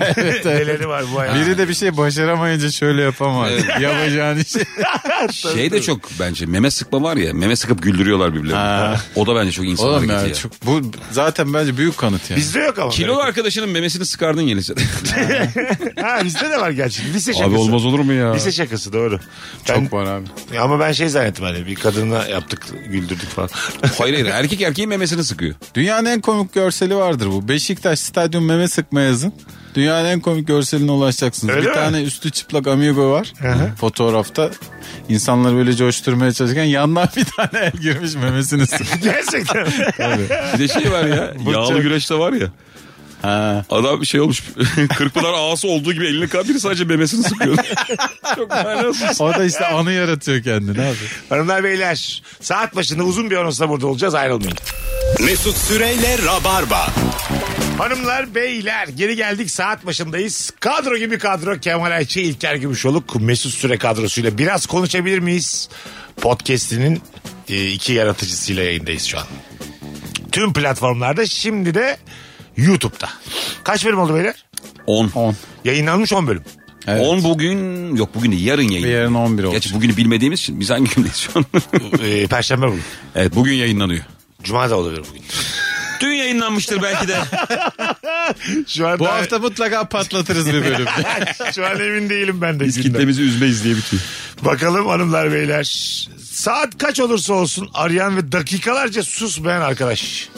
Neleri var bu hayvan.
Biri de bir şey başaramayınca şöyle yapamaz. Yapacağın işi.
Şey de çok bence meme sıkma var ya. Meme sıkıp güldürüyorlar birbirlerini.
Ha.
O da bence çok insan
Oğlum
hareketi
yani
ya.
çok- bu zaten bence büyük kanıt yani.
Bizde yok ama.
Kilolu arkadaşının memesini sıkardın yenisi.
Ha bizde de var gerçi. Lise şakası.
abi olmaz olur mu ya?
şey- Lise şakası doğru. Ben-
Çok var abi.
Ya Ama ben şey zannettim hani bir kadına yaptık güldür
sürdük falan. Hayır hayır erkek erkeğin memesini sıkıyor.
Dünyanın en komik görseli vardır bu. Beşiktaş stadyum meme sıkma yazın. Dünyanın en komik görseline ulaşacaksınız.
Öyle
bir
mi?
tane üstü çıplak amigo var. Fotoğrafta insanları böyle coşturmaya çalışırken yandan bir tane el girmiş memesini sıkıyor.
Gerçekten.
Bir de şey var ya yağlı güreşte var ya.
Ha.
Adam bir şey olmuş. Kırpınar ağası olduğu gibi elini kan biri sadece memesini sıkıyor. Çok manasız.
O da işte anı yaratıyor kendini abi.
Hanımlar beyler saat başında uzun bir anonsla burada olacağız ayrılmayın.
Mesut Süreyle Rabarba.
Hanımlar beyler geri geldik saat başındayız. Kadro gibi kadro Kemal Ayçi, İlker Gümüşoluk, Mesut Süre kadrosuyla biraz konuşabilir miyiz? Podcast'inin e, iki yaratıcısıyla yayındayız şu an. Tüm platformlarda şimdi de YouTube'da. Kaç bölüm oldu beyler?
10.
10.
Yayınlanmış 10 bölüm.
10 bugün yok bugün değil yarın yayın.
Yarın 11 olacak.
Gerçi bugünü bilmediğimiz için biz hangi gündeyiz şu an?
E, Perşembe bugün.
evet bugün yayınlanıyor.
Cuma da olabilir bugün.
Dün yayınlanmıştır belki de.
Şu anda,
Bu hafta mutlaka patlatırız bir bölüm.
şu an emin değilim ben de.
biz
günden.
kitlemizi üzmeyiz diye bitiyor.
Bakalım hanımlar beyler. Saat kaç olursa olsun arayan ve dakikalarca susmayan arkadaş.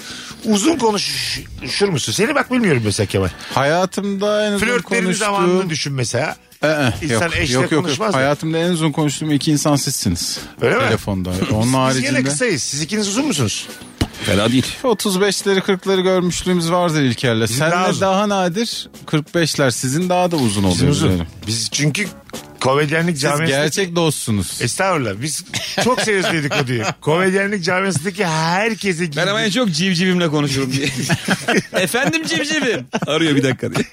Uzun konuşur musun? Seni bak bilmiyorum mesela Kemal.
Hayatımda en uzun
Flörtlerin zamanını
konuştuğum...
düşün mesela.
Ee, yok,
İnsan eşle konuşmaz mı?
Hayatımda en uzun konuştuğum iki insan sizsiniz.
Öyle mi?
Telefonda. Onun
Biz
haricinde.
yine kısayız. Siz ikiniz uzun musunuz?
Fena değil.
35'leri 40'ları görmüşlüğümüz vardır İlker'le. Senle
daha
daha,
uzun.
nadir 45'ler sizin daha da uzun oluyor. üzerine.
Biz çünkü komedyenlik
Siz
camiasında...
gerçek dostsunuz.
Estağfurullah. Biz çok seviyoruz dedikoduyu. Komedyenlik camiasındaki herkese
Ben
girdi-
hemen çok civcivimle konuşurum diye. Efendim civcivim. Arıyor bir dakika diye.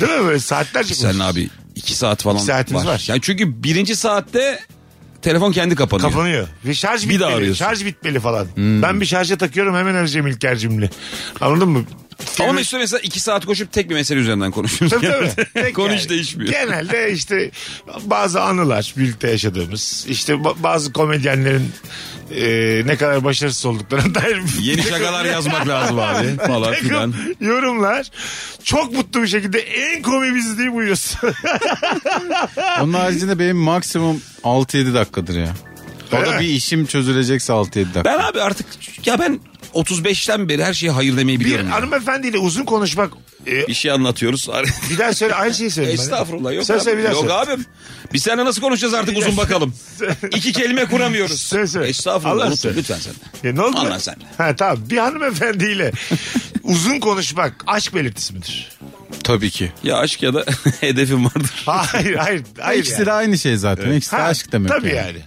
Değil mi böyle saatlerce
Sen
konuşuruz.
abi iki saat falan
İki saatimiz var.
Yani çünkü birinci saatte telefon kendi kapanıyor.
Kapanıyor. Ve şarj
Bir
bitmeli.
daha arıyorsun. Hmm.
Şarj bitmeli falan. Ben bir şarja takıyorum hemen arayacağım İlker'cimle. Anladın mı?
Ama Mesut mesela iki saat koşup tek bir mesele üzerinden konuşuyoruz.
Tabii tabii. Tek
Konu
yani.
hiç değişmiyor.
Genelde işte bazı anılar birlikte yaşadığımız. işte ba- bazı komedyenlerin e, ne kadar başarısız olduklarına dair
Yeni şakalar yazmak lazım abi falan
Takım
filan.
yorumlar. Çok mutlu bir şekilde en komik biz değil buyuz. E-
Onun haricinde benim maksimum 6-7 dakikadır ya. O
Öyle
da
mi?
bir işim çözülecekse 6-7 dakika.
Ben abi artık ya ben 35'ten beri her şeye hayır demeyi
bir
biliyorum. ya.
hanımefendiyle uzun konuşmak. e,
Bir şey anlatıyoruz.
bir daha söyle aynı şeyi söyle. bana.
Estağfurullah yok
Sen
abi.
söyle bir daha
yok
söyle.
abim. Biz seninle nasıl konuşacağız artık uzun bakalım. İki kelime kuramıyoruz.
Söyle, söyle. Allah
Estağfurullah unutma
söyle.
lütfen sen.
Ya E, ne oldu?
Anla sen.
Ha tamam bir hanımefendiyle uzun konuşmak aşk belirtisi midir?
Tabii ki.
Ya aşk ya da hedefim vardır.
Hayır hayır. hayır
İkisi
yani.
de aynı şey zaten. İkisi de
Ha,
aşk demek.
Tabii yani.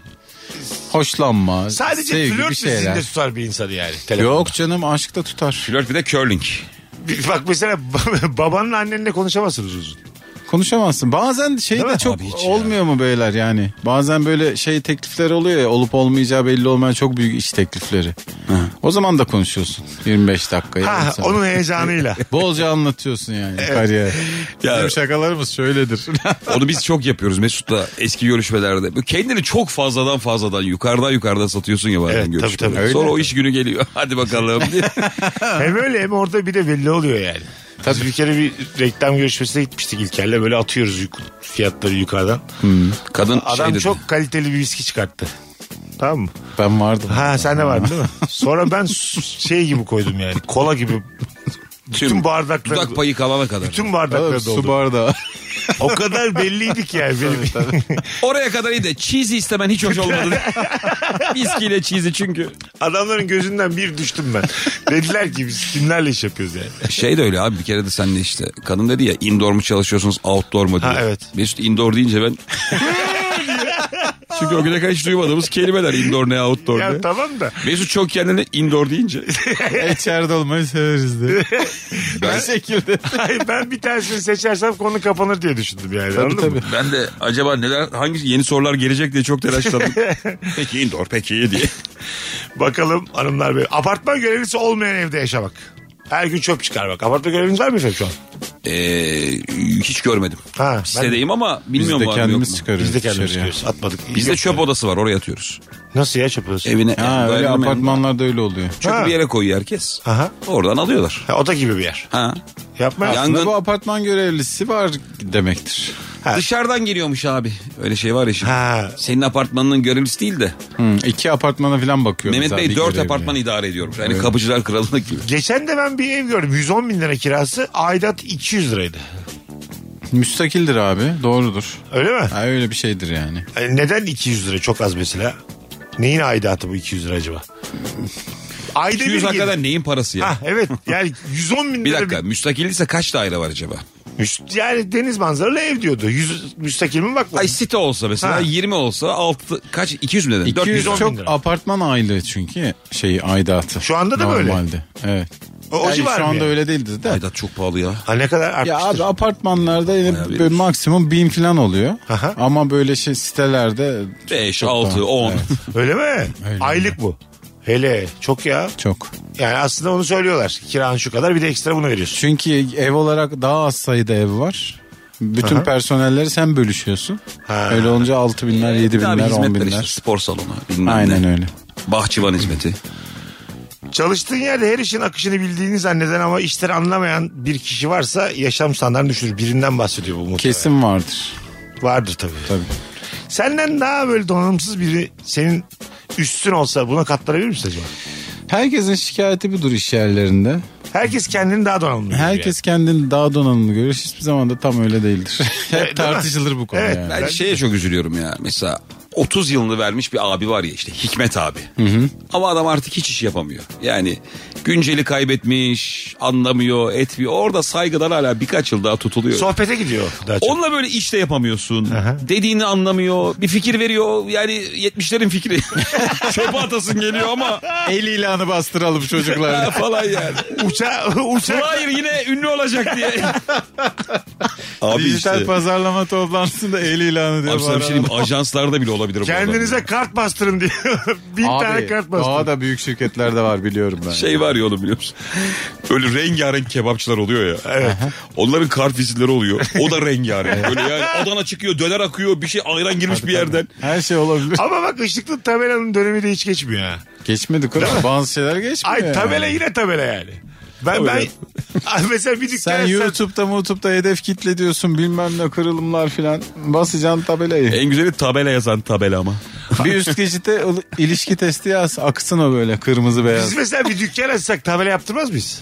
Hoşlanma,
Sadece
sevgi
flört
bir şeyler.
dizinde tutar bir insanı yani. Telefon.
Yok canım aşk da tutar.
Flört bir de curling.
Bir- Bak mesela babanla annenle konuşamazsınız uzun.
Konuşamazsın. Bazen şey
Değil
de
mi?
çok
Abi hiç ya.
olmuyor mu beyler yani? Bazen böyle şey teklifler oluyor ya olup olmayacağı belli olmayan çok büyük iş teklifleri. O zaman da konuşuyorsun 25 dakika. yarım
Ha,
saat.
onun heyecanıyla.
Bolca anlatıyorsun yani kariyer.
Ya-
Bizim şakalarımız şöyledir.
Onu biz çok yapıyoruz Mesut'la eski görüşmelerde. Böyle Kendini çok fazladan fazladan yukarıdan yukarıdan satıyorsun ya bazen
Evet, tabii,
görüşmede.
tabii. Öyle.
Sonra o iş günü geliyor. Hadi bakalım diye.
hem öyle hem orada bir de belli oluyor yani. Biz bir kere bir reklam görüşmesine gitmiştik İlker'le. Böyle atıyoruz yuk- fiyatları yukarıdan.
Kadın
Adam
şey dedi.
çok kaliteli bir viski çıkarttı. Tamam mı?
ben vardım.
Ha sen de vardın değil mi? Sonra ben su- şey gibi koydum yani. Kola gibi. Bütün, bardakları.
Dudak payı kalana kadar.
Bütün
Oğlum,
bardakları
su
doldu.
bardağı.
O kadar belliydik yani. Benim.
Oraya kadar iyi de cheesy istemen hiç hoş olmadı. Viskiyle cheesy çünkü.
Adamların gözünden bir düştüm ben. Dediler ki biz kimlerle iş yapıyoruz yani.
Şey de öyle abi bir kere de senle işte kadın dedi ya indoor mu çalışıyorsunuz outdoor mu diyor.
Ha, evet.
Mesut indoor deyince ben çünkü o güne kadar hiç duymadığımız kelimeler indoor ne outdoor ne.
Ya tamam da.
Mesut çok kendini indoor deyince.
İçeride olmayı severiz diye. ben şekilde.
Hayır, ben bir tanesini seçersem konu kapanır diye düşündüm yani.
Tabii
anladın mı?
tabii.
Ben de acaba neler hangi yeni sorular gelecek diye çok telaşlandım. peki indoor peki diye.
Bakalım hanımlar bey. Apartman görevlisi olmayan evde yaşamak. Her gün çöp çıkar bak. Apartman görevliniz var mı efendim şu an?
Ee, hiç görmedim.
Ha, ben-
Sitedeyim ama
Biz
bilmiyorum
de
var mı yok mu.
kendimiz çıkarıyoruz.
Biz de kendimiz
dışarıya.
çıkıyoruz. Atmadık.
Bizde çöp odası var oraya atıyoruz.
Nasıl ya çöp odası?
Evine
Ha,
yani
öyle
dayanamayan-
apartmanlarda öyle oluyor.
Çöpü
Ha.
bir yere koyuyor herkes.
Aha.
Oradan alıyorlar.
Ha, oda gibi bir yer.
Ha.
Yapma. ya.
Yangın-
Aslında bu apartman görevlisi var demektir.
Dışarıdan geliyormuş abi. Öyle şey var ya şimdi.
Ha.
Senin apartmanının görevlisi değil de.
Hı, Hmm, iki apartmana falan bakıyoruz.
Mehmet
abi,
Bey dört
görevli.
apartman idare ediyormuş. Yani kapıcılar kralı gibi.
Geçen de ben bir ev gördüm. 110 bin lira kirası. Aidat 200 liraydı.
Müstakildir abi doğrudur.
Öyle mi?
Ha, öyle bir şeydir yani.
E, neden 200 lira çok az mesela? Neyin aidatı bu 200 lira acaba? Ayda
200
bir
hakikaten
gelir.
neyin parası ya?
Ha evet yani 110 bin
Bir
lira
dakika müstakil ise kaç daire var acaba?
Müst- yani deniz manzaralı ev diyordu. Yüz, müstakil mi bak bu?
Ay site olsa mesela
Ha.
20 olsa 6 kaç 200 mü dedin?
200
400
410 bin
çok
lira.
apartman aylığı çünkü şeyi aidatı.
Şu anda da
Normalde.
böyle.
Evet.
O- o
Yani
civar
şu
mı
anda
yani?
öyle değildir de.
Ayda çok pahalı ya.
Ha ne kadar artmıştır.
Ya abi apartmanlarda yine
Bayağı bir-
böyle maksimum bin falan oluyor.
Aha.
Ama böyle şey sitelerde
5,
çok
6,
pahalı.
10.
Evet,
Öyle mi?
Öyle.
Aylık bu. Hele çok ya.
çok.
Yani aslında onu söylüyorlar. Kiran şu kadar bir de ekstra bunu veriyorsun.
Çünkü ev olarak daha az sayıda ev var. Bütün personelleri sen bölüşüyorsun.
Ha.
Öyle olunca altı binler, yedi
Ee, Bir de abi
binler, on
hizmetler işte
binler.
spor salonu bilmem
Aynen
ne.
öyle.
Bahçıvan hizmeti.
Çalıştığın yerde her işin akışını bildiğini zanneden ama işleri anlamayan bir kişi varsa yaşam standartını düşürür. Birinden bahsediyor bu muhtemelen.
Kesin vardır.
Vardır tabii.
Tabii.
Senden daha böyle donanımsız biri senin üstün olsa buna katlanabilir misin acaba?
Herkesin şikayeti budur iş yerlerinde.
Herkes kendini daha donanımlı görüyor
Herkes kendini daha donanımlı görür. Hiçbir zaman da tam öyle değildir. Hep tartışılır bu konu
Evet,
yani.
Ben şeye çok üzülüyorum ya. Mesela 30 yılını vermiş bir abi var ya işte Hikmet abi. Ama adam artık hiç iş yapamıyor. Yani günceli kaybetmiş, anlamıyor, etmiyor. Orada saygıdan hala birkaç yıl daha tutuluyor.
yani. Sohbete gidiyor daha çok.
Onunla böyle işte yapamıyorsun. Dediğini anlamıyor. Bir fikir veriyor. Yani 70'lerin fikri. Çöpe atasın geliyor ama
El ilanı bastıralım çocuklar.
ha, falan yani.
Uça, uça.
Hayır yine ünlü olacak diye. Abi
Dijital
işte.
pazarlama toplantısında el ilanı diye
Abi sana bir şey
bağıralım.
diyeyim, ajanslarda bile olabilir bu adam
Kendinize
ya.
kart bastırın diyor. Bin tane kart bastırın.
daha da büyük şirketlerde var biliyorum ben.
şey var ya oğlum biliyor musun? Böyle rengarenk kebapçılar oluyor ya. Onların kart vizitleri oluyor. O da rengarenk. Böyle yani Adana çıkıyor, döner akıyor, bir şey ayran girmiş bir yerden.
Her şey olabilir.
Ama bak ışıklı tabelanın dönemi de hiç geçmiyor ha.
Geçmedik oğlum. Bazı şeyler geçmiyor.
Ay
yani.
tabela yine tabela yani. Ben ben Ay, mesela bir dükkan
Sen
açsam-
YouTube'da YouTube'da hedef kitle diyorsun bilmem ne kırılımlar filan. Basacaksın tabelayı.
En güzeli tabela yazan tabela ama.
bir üst geçite il- ilişki testi yaz. Aksın o böyle kırmızı beyaz.
Biz mesela bir dükkan açsak tabela yaptırmaz mıyız?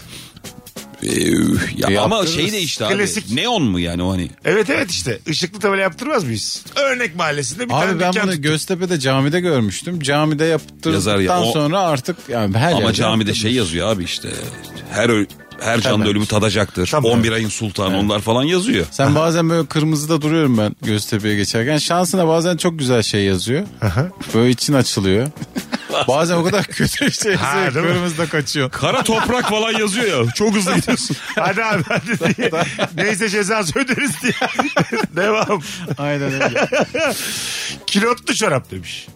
ya ama
yaptırırız.
şey de işte abi.
Klasik.
Neon mu yani o hani?
Evet evet işte. Işıklı tabela yaptırmaz mıyız? Örnek mahallesinde bir
Abi
tane
ben
dükkan
bunu Göztepe'de camide görmüştüm. Camide yaptırdıktan
Yazar ya, o-
sonra artık yani her
Ama
yerde
camide
yaptırdım.
şey yazıyor abi işte. Her ö- her canlı
Tabii.
ölümü tadacaktır.
Tabii.
11 ayın sultanı onlar falan yazıyor.
Sen bazen böyle kırmızıda duruyorum ben Göztepe'ye geçerken. Şansına bazen çok güzel şey yazıyor. Böyle için açılıyor. bazen o kadar kötü şey
Ha,
yazıyor.
değil mi?
Kırmızıda kaçıyor.
Kara toprak falan yazıyor ya. Çok hızlı gidiyorsun.
Hadi abi hadi diye. Neyse cezası öderiz diye. Devam.
Aynen öyle.
Kilotlu çorap demiş.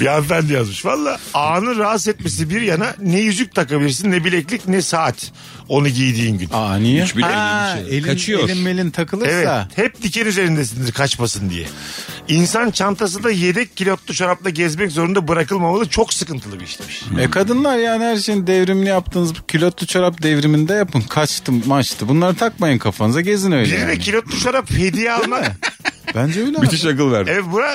Bir hanımefendi yazmış. Valla ağını rahatsız etmesi bir yana ne yüzük takabilirsin ne bileklik ne saat. Onu giydiğin gün.
Aa niye?
Hiç bile
Ha,
elin- şey
elin,
kaçıyor.
elin melin
Evet
takılırsa.
hep diken üzerindesindir kaçmasın diye. İnsan çantasında yedek kilotlu çorapla gezmek zorunda bırakılmamalı çok sıkıntılı bir işmiş.
E kadınlar yani her şeyin devrimini yaptığınız bu külotlu çorap devriminde yapın. Kaçtı maçtı. Bunları takmayın kafanıza gezin öyle.
Birine
Yani.
kilotlu çorap hediye almak.
Bence öyle. abi.
Müthiş akıl verdi.
evet bura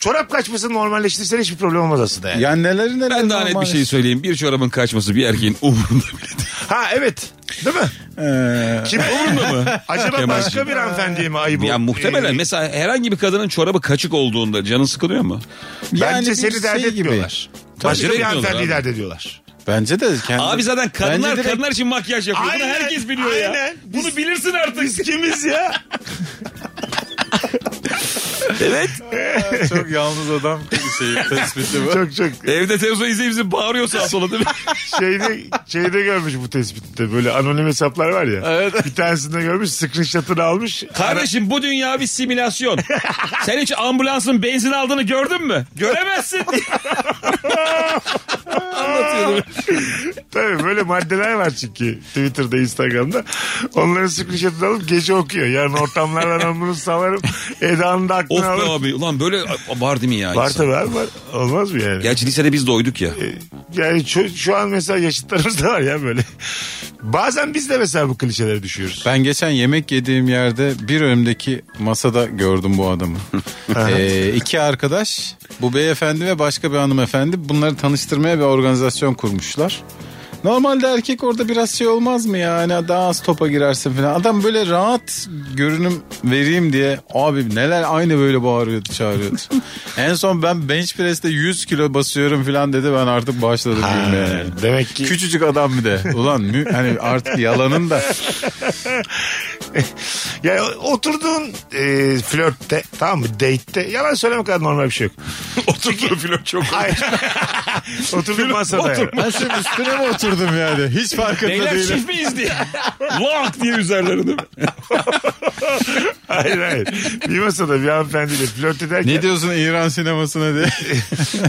çorap kaçmasını normalleştirsen hiçbir problem olmaz aslında yani.
Yani neleri neleri
Ben daha net bir
normal-
şey söyleyeyim. Bir çorabın kaçması bir erkeğin umurunda bile değil.
Ha evet. Değil mi?
Ee,
Kim umurunda mı? Acaba
Kemal'cim.
başka bir hanımefendiye mi ayıp
Ya
oldu?
muhtemelen
Ee,
mesela herhangi bir kadının çorabı kaçık olduğunda canı sıkılıyor mu?
Bence
bir
seni dert
şey gibi.
etmiyorlar.
Tabii
Başka bir
etmiyorlar
hanımefendiyi
abi.
dert ediyorlar.
Bence de kendi...
Abi zaten kadınlar
Bence direkt-
kadınlar için makyaj yapıyor. Bunu
Aynen,
herkes biliyor ya.
aynen.
Bunu
Biz-
bilirsin artık.
Biz kimiz ya?
Evet.
Çok yalnız adam şeyi tespiti bu.
çok çok
Evde televizyon izleyip bağırıyor sağa sola değil mi?
şeyde şeyde görmüş bu tespitte böyle anonim hesaplar var ya.
Evet.
Bir tanesinde görmüş screenshot'ını almış.
Kardeşim bu dünya bir simülasyon. Sen hiç ambulansın benzin aldığını gördün mü? Göremezsin.
Tabii böyle maddeler var çünkü Twitter'da, Instagram'da. Onların screenshot'ını alıp gece okuyor. Yarın ortamlarla ben bunu salarım. Eda'nın da
Of
aklını
be
alırım.
abi. Ulan böyle var değil mi ya?
Var
insan?
tabii abi var. Olmaz mı yani?
Gerçi lisede biz doyduk ya.
E, Yani şu, şu an mesela yaşıtlarımızda var ya böyle. Bazen biz de mesela bu klişelere düşüyoruz.
Ben geçen yemek yediğim yerde bir önümdeki masada gördüm bu adamı. ee, iki arkadaş bu beyefendi ve başka bir hanımefendi bunları tanıştırmaya bir organizasyon kurmuşlar. Normalde erkek orada biraz şey olmaz mı ya? Hani daha az topa girersin falan. Adam böyle rahat görünüm vereyim diye abi neler aynı böyle bağırıyordu çağırıyordu. en son ben bench press'te 100 kilo basıyorum falan dedi ben artık başladım gülmeye. yani.
Demek ki
Küçücük adam bir de. Ulan mü- hani artık yalanın da
yani oturduğun e, flörtte tamam mı date'te yalan söyleme kadar normal bir şey yok.
Oturduğum film çok
Hayır. Oturduğun masada yani.
Ben senin üstüne mi oturdum yani? Hiç farkında
Beyler
değilim.
çift miyiz diye. Lak diye üzerlerine.
Hayır hayır. Bir masada bir hanımefendiyle flört ederken.
Ne diyorsun İran sinemasına diye?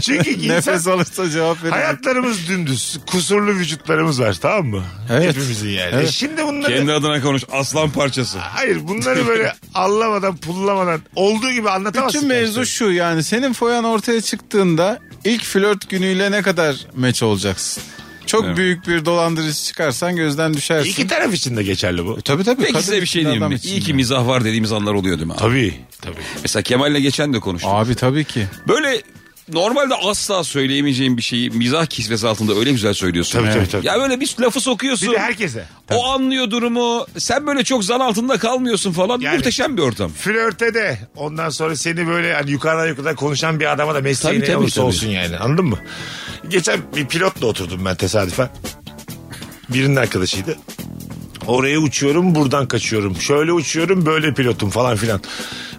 Çünkü insan,
Nefes alırsa cevap verir.
hayatlarımız dümdüz. Kusurlu vücutlarımız var tamam mı?
Evet.
Hepimizin yani.
Evet.
E şimdi bunları...
Kendi adına konuş. Aslan parçası.
Hayır bunları böyle allamadan pullamadan olduğu gibi anlatamazsın.
Bütün mevzu şu yani senin foyan ortaya çıktığında ilk flört günüyle ne kadar meç olacaksın? Çok
Evet.
büyük bir dolandırıcı çıkarsan gözden düşersin.
İki taraf için de geçerli bu.
Tabii tabii.
Peki
kadın
size bir şey
için,
diyeyim
adam
mi?
için
İyi ki
yani.
mizah var dediğimiz anlar oluyor değil mi? abi?
Tabii. Tabii.
Mesela Kemal'le geçen de konuştuk.
Abi tabii ki.
Böyle normalde asla söyleyemeyeceğim bir şeyi mizah kisvesi altında öyle güzel söylüyorsun.
Tabii, tabii, tabii.
Ya böyle bir lafı
Bir
sokuyorsun.
de herkese.
O anlıyor durumu. Sen böyle çok zan altında kalmıyorsun falan.
Yani-
Muhteşem bir ortam.
Flörte de ondan sonra seni böyle hani yukarıdan yukarıdan konuşan bir adama da mesleğine
Tabii, tabii,
olursa
tabii.
olsun yani anladın mı? Geçen bir pilotla oturdum ben tesadüfen. Birinin arkadaşıydı. Oraya uçuyorum buradan kaçıyorum. Şöyle uçuyorum böyle pilotum falan filan.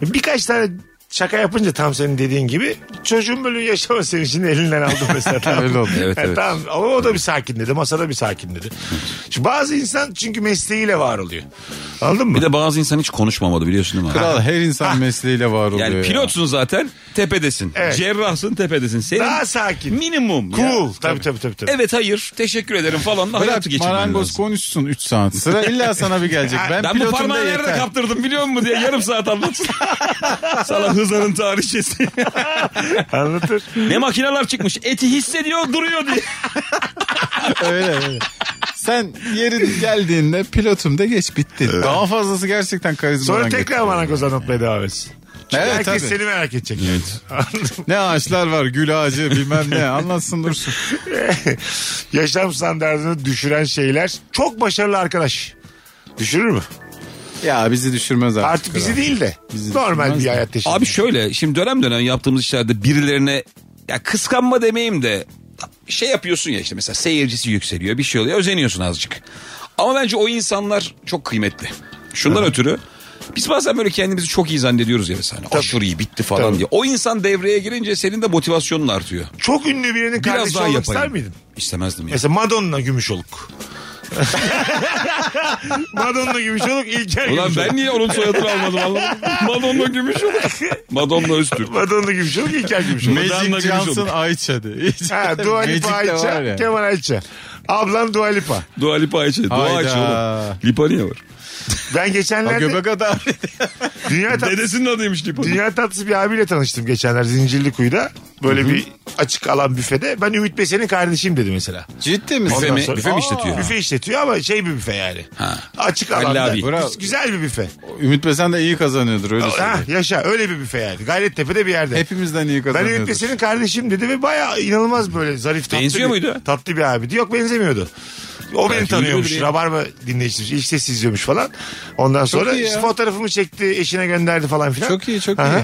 Birkaç tane şaka yapınca tam senin dediğin gibi çocuğun böyle yaşama sevincini elinden aldım mesela. tamam.
Öyle oldu.
Evet,
Ha,
evet.
Tamam ama o da bir sakinledi masada bir sakinledi. Şimdi bazı insan çünkü mesleğiyle var oluyor. Anladın mı?
Bir de bazı insan hiç konuşmamadı biliyorsun değil mi? abi?
Kral her insan mesleğiyle var oluyor.
Yani
ya.
pilotsun zaten tepedesin.
Evet.
Cerrahsın tepedesin. Senin
Daha sakin.
minimum. ya.
Cool. Tabii tabii tabii. tabii.
Evet hayır teşekkür ederim falan. da
Bırak
Hayatı geçirmen
marangoz
lazım.
konuşsun 3 saat. Sıra illa sana bir gelecek. Ben,
Ben bu
pilotum da
parmağı
yeter.
nerede kaptırdım biliyor musun diye yarım saat anlatsın. Sana hızarın tarihçesi.
Anlatır.
ne makineler çıkmış. Eti hissediyor duruyor diye.
öyle öyle. Sen yerin geldiğinde pilotum da geç bitti. Daha fazlası gerçekten karizmadan
Sonra tekrar
getiriyor.
marangoz anlatmaya devam etsin. Çünkü
Evet,
herkes
tabii.
seni merak edecek. Anladın mı?
Ne ağaçlar var gül ağacı bilmem ne anlatsın dursun.
Yaşam standartını düşüren şeyler çok başarılı arkadaş. Düşürür mü?
Ya bizi düşürmez artık.
Artık bizi
kral.
değil de
Bizi
normal
düşürmez
bir
mi?
hayat yaşıyor.
Abi şöyle şimdi dönem dönem yaptığımız işlerde birilerine ya kıskanma demeyeyim de şey yapıyorsun ya işte mesela seyircisi yükseliyor bir şey oluyor özeniyorsun azıcık. Ama bence o insanlar çok kıymetli. Şundan ötürü biz bazen böyle kendimizi çok iyi zannediyoruz ya mesela. Hani Aşırı iyi bitti falan
Tabii.
diye. O insan devreye girince senin de motivasyonun artıyor.
Çok ünlü birinin
Biraz
kardeşi
daha
olmak
yapayım.
ister miydin?
İstemezdim ya.
Mesela Madonna Gümüşoluk. Madonna Gümüşoluk İlker
Ulan
Gümüşoluk.
ben niye onun soyadını almadım anlamadım. Madonna gümüş Madonna Öztürk.
Madonna Gümüşoluk İlker Gümüşoluk.
Madonna
Magic
gümüş
Johnson
olmuş.
Ayça de.
ha, Dua Lipa
Magic de var
Ayça,
ya.
Kemal Ayça. Ablam Dua Lipa.
Dua Lipa Ayşe. Dua
Hayda.
Ayşe oğlum. Lipa niye var?
Ben
Ha,
geçenlerde
Göbek adam.
dünya tatlısı
Dedesinin adıymış Lipa.
Dünya tatlısı bir abiyle tanıştım geçenler Zincirlikuyu'da. Böyle bir açık alan büfede. Ben Ümit Besen'in kardeşim dedi mesela.
Ciddi misin?
Büfe mi,
sonra-
büfe mi işletiyor?
Büfe işletiyor ama şey bir büfe yani. Açık
Halil
alanda.
abi.
Bravo.
Güz- Güzel bir büfe.
Ümit Besen de iyi kazanıyordur öyle
Ha,
söyleyeyim.
yaşa öyle bir büfe yani. Gayrettepe'de bir yerde.
Hepimizden iyi
ben
kazanıyordur.
Ümit Besen'in kardeşim dedi ve bayağı inanılmaz böyle zarif tatlı
Benziyor
bir,
muydu?
tatlı bir abiydi. Yok benzemiyordu. O beni
Belki
tanıyormuş.
biliyordur ya.
Rabarba dinleyicisi. İlk ses izliyormuş falan. Ondan sonra
iyi ya.
işte fotoğrafımı çekti. Eşine gönderdi falan filan.
Çok iyi çok
Aha.
iyi.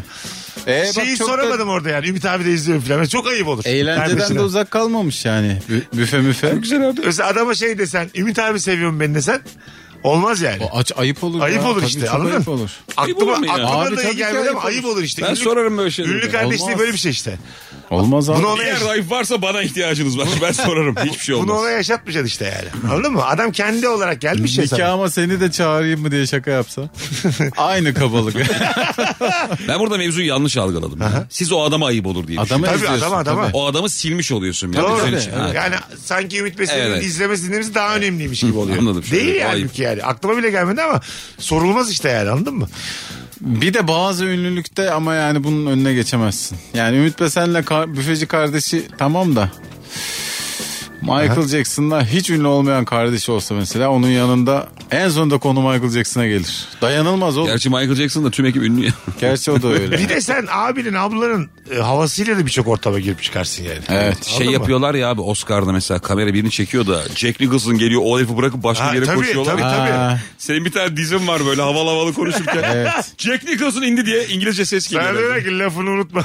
Ee, bak
Şeyi
çok da
soramadım orada yani. Ümit abi de izliyorum falan. Çok ayıp olur.
Eğlenceden
Kardeşine.
de uzak kalmamış yani. Bü- Büfe müfe.
Güzel abi.
Mesela adama şey desen. Ümit abi seviyorum beni desen. Olmaz yani.
Aç ayıp olur.
Ayıp
ya.
olur
Tabii
işte,
çok
anladın
ayıp
mı?
olur.
Ayıp olur
Aklıma,
mu ya?
aklıma
Abi
da
tabii
iyi
ki
gelmedi ama
ayıp
ayıp olur işte.
Ben
Ünlü-
sorarım böyle şeyleri.
Ünlü kardeşliği
Olmaz.
böyle bir şey işte.
Olmaz abi.
Bunu ona,
Eğer
yaş-
zayıf varsa bana ihtiyacınız var. Ben sorarım. Hiçbir şey
bunu
olmaz.
ona yaşatmayacaksın işte yani. Anladın mı? Adam kendi olarak gelmiş ya sana.
Nikahıma seni de çağırayım mı diye şaka yapsa. Aynı kabalık.
Ben burada mevzuyu yanlış algıladım. ya. Siz o adama ayıp olur diye
Adamı
Tabii,
izliyorsun.
adama, adama.
tabii.
düşündüm. O adamı silmiş oluyorsun. ya
Doğru.
bütün için. Ha.
Yani sanki Ümit Besen'in
Evet.
izlemesi dinlemesi daha önemliymiş gibi oluyor.
Anladım. Şöyle
Değil
bir
yani
ayıp.
halbuki yani. Aklıma bile gelmedi ama sorulmaz işte yani anladın mı?
Bir de bazı ünlülükte ama yani bunun önüne geçemezsin. Yani Ümit Besen'le kar- büfeci kardeşi tamam da. Michael Jackson'la hiç ünlü olmayan kardeşi olsa mesela onun yanında en sonunda konu Michael Jackson'a gelir. Dayanılmaz oğlum.
Gerçi Michael Jackson da tüm ekip ünlü. ya.
Gerçi o da öyle.
Bir de sen abinin ablanın e, havasıyla da birçok ortama girip çıkarsın yani.
Evet.
Anladın
Şey
mı?
yapıyorlar ya abi Oscar'da mesela kamera birini çekiyor da Jack Nicholson geliyor o herifi bırakıp başka
Ha,
bir yere
tabii,
koşuyorlar.
tabii, tabii.
Ha.
Senin bir tane dizin var böyle havalı havalı konuşurken. Jack Nicholson indi diye İngilizce ses
Sen
geliyor.
de ki lafını unutma.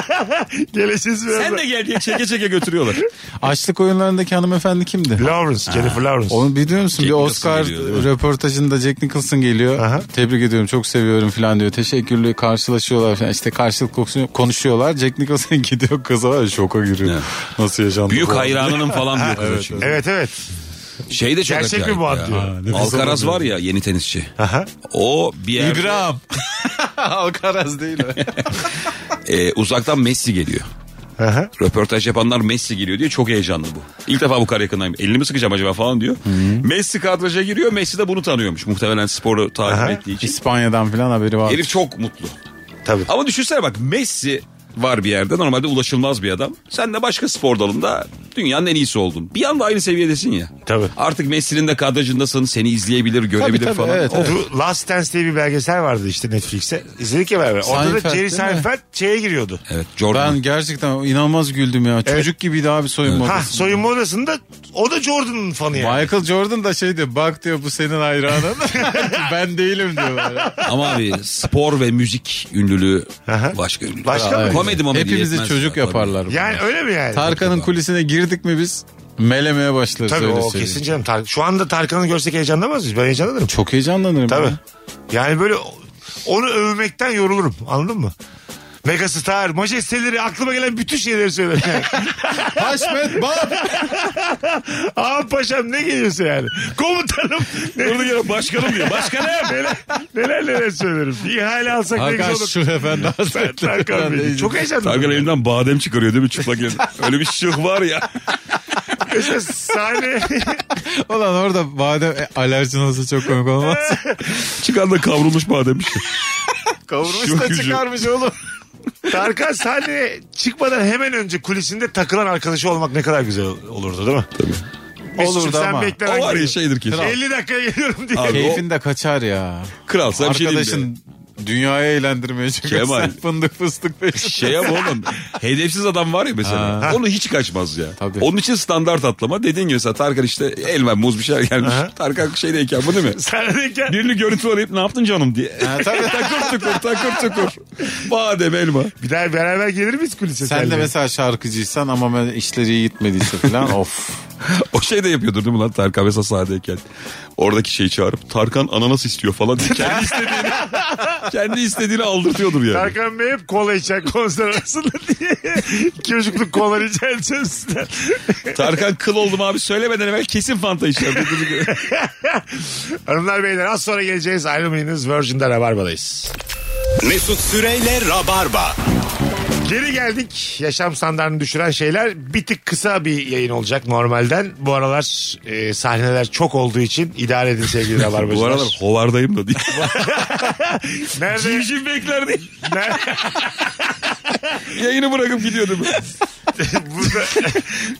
Geleceğiz biraz.
Sen de gel diye çeke çeke götürüyorlar.
Açlık oyunlarındaki hanımefendi kimdi?
Lawrence, Jennifer Lawrence.
Onu biliyor musun?
Jack
bir
Nicholson
Oscar
geliyor, değil mi?
röportajında Jack Nicholson geliyor.
Aha.
Tebrik ediyorum çok seviyorum falan diyor. Teşekkürlü karşılaşıyorlar falan. İşte karşılıklı konuşuyorlar. Jack Nicholson gidiyor kıza var ya, şoka giriyor.
Evet.
Nasıl yaşandı?
Büyük
bu?
hayranınım falan diyor kıza çünkü.
Evet evet.
Şey de çok
Gerçek mi
acayip
bu
ya.
ad diyor? Ha,
nefes
Alcaraz
alamıyorum.
var ya yeni tenisçi.
Aha.
O bir yerde
İbrahim. Alcaraz değil o.
e, uzaktan Messi geliyor.
Aha.
Röportaj yapanlar Messi geliyor diyor. Çok heyecanlı bu. İlk defa bu kadar yakından elini mi sıkacağım acaba falan diyor. Messi kadraja giriyor. Messi de bunu tanıyormuş. Muhtemelen sporu takip
Aha.
ettiği için.
İspanya'dan falan haberi var.
Herif çok mutlu.
Tabii.
Ama düşünsene bak Messi var bir yerde normalde ulaşılmaz bir adam. Sen de başka spor dalında dünyanın en iyisi oldun. Bir anda aynı seviyedesin ya.
Tabii.
Artık Messi'nin de kadrajındasın. Seni izleyebilir, görebilir
tabii,
falan.
evet,
O-
evet.
Bu Last Dance diye bir belgesel vardı işte Netflix'te. İzledik ya beraber. Orada da
Seinfeld,
Jerry
değil mi?
Seinfeld şeye giriyordu.
Evet, Jordan.
Ben gerçekten inanılmaz güldüm ya. Çocuk gibiydi abi soyunma
Ha
odasında.
soyunma odasında o da Jordan'ın fanı yani.
Michael Jordan da şey diyor bak diyor bu senin hayranın. ben değilim diyorlar.
Ama abi spor ve müzik ünlülüğü
Aha.
başka ünlülük.
Başka mı?
Komedi mamedi
Hepimizi
yetmez
çocuk
zaten.
yaparlar.
Yani öyle mi yani?
Tarkan'ın kulisine girdik mi biz melemeye başlarız
Tabii
öyle
o
söyleyeyim.
kesin canım. Tar- Şu anda Tarkan'ı görsek heyecanlanmaz mıyız? Ben heyecanlanırım.
Çok heyecanlanırım.
Tabii.
ya.
Yani böyle onu övmekten yorulurum. Anladın mı? Megastar, majesteleri, aklıma gelen bütün şeyleri söylerim. Yani.
Haşmet Bab.
Ağam paşam ne geliyorsa yani. Komutanım. Ne,
Durduk yere başkanım diyor. Başkanım.
neler, neler neler söylerim. İhale alsak ne güzel
Hakan
olur.
şu efendi
Ben
hazretleri.
Tarkan Bey'im. Çok
Tarkan
heyecanlıyım.
elimden badem çıkarıyor değil mi çıplak elinde? Öyle bir şık var ya.
Mesela sahne
Ulan orada badem e, alerjin olsa çok komik olmaz.
Çıkan da kavrulmuş badem şık.
Kavurmuş
Şok
da
yüzü.
çıkarmış oğlum.
Tarkan sahneye çıkmadan hemen önce kulisinde takılan arkadaşı olmak ne kadar güzel olurdu değil mi? Tabii.
Olurdu ama.
O var ya şeydir kesin.
50 dakika geliyorum diye.
Abi o-
Keyfin de kaçar ya.
Kralsa bir şey diyeyim de.
Arkadaşın dünyayı eğlendirmeye çıkıyor.
Kemal.
Sen fındık fıstık peşinde.
Şey ama oğlum hedefsiz adam var ya mesela. Onu hiç kaçmaz ya.
Tabii.
Onun için standart atlama. Dediğin gibi mesela Tarkan işte elma muz bir şeyler gelmiş. Tarkan şeydeyken bu değil mi?
Sahnedeyken
Birini görüntü arayıp ne yaptın canım diye.
tabii.
takır tukur takır tukur. Badem elma.
bir daha beraber gelir miyiz kulise?
Sen de
seninle?
mesela şarkıcıysan ama ben- işleri iyi gitmediyse falan of.
O şey de yapıyordur değil mi lan Tarkan mesela sahnedeyken. Oradaki şeyi çağırıp Tarkan ananas istiyor falan diye kendi istediğini, kendi istediğini aldırtıyordur yani.
Tarkan Bey hep kola içer konser arasında diye. İki buçukluk kola rica edeceğim sizden.
Tarkan kıl oldum abi söylemeden evvel kesin fanta içer.
Hanımlar beyler az sonra geleceğiz. Ayrılmayınız. Virgin'de Rabarba'dayız.
Mesut Süreyle Rabarba.
Geri geldik. Yaşam standartını düşüren şeyler bir tık kısa bir yayın olacak normalden. Bu aralar e, sahneler çok olduğu için idare edin sevgili Rabarbacılar.
Bu aralar hovardayım da diye.
Nerede?
Civciv bekler diye.
Nerede?
Yayını bırakıp gidiyordum.
Burada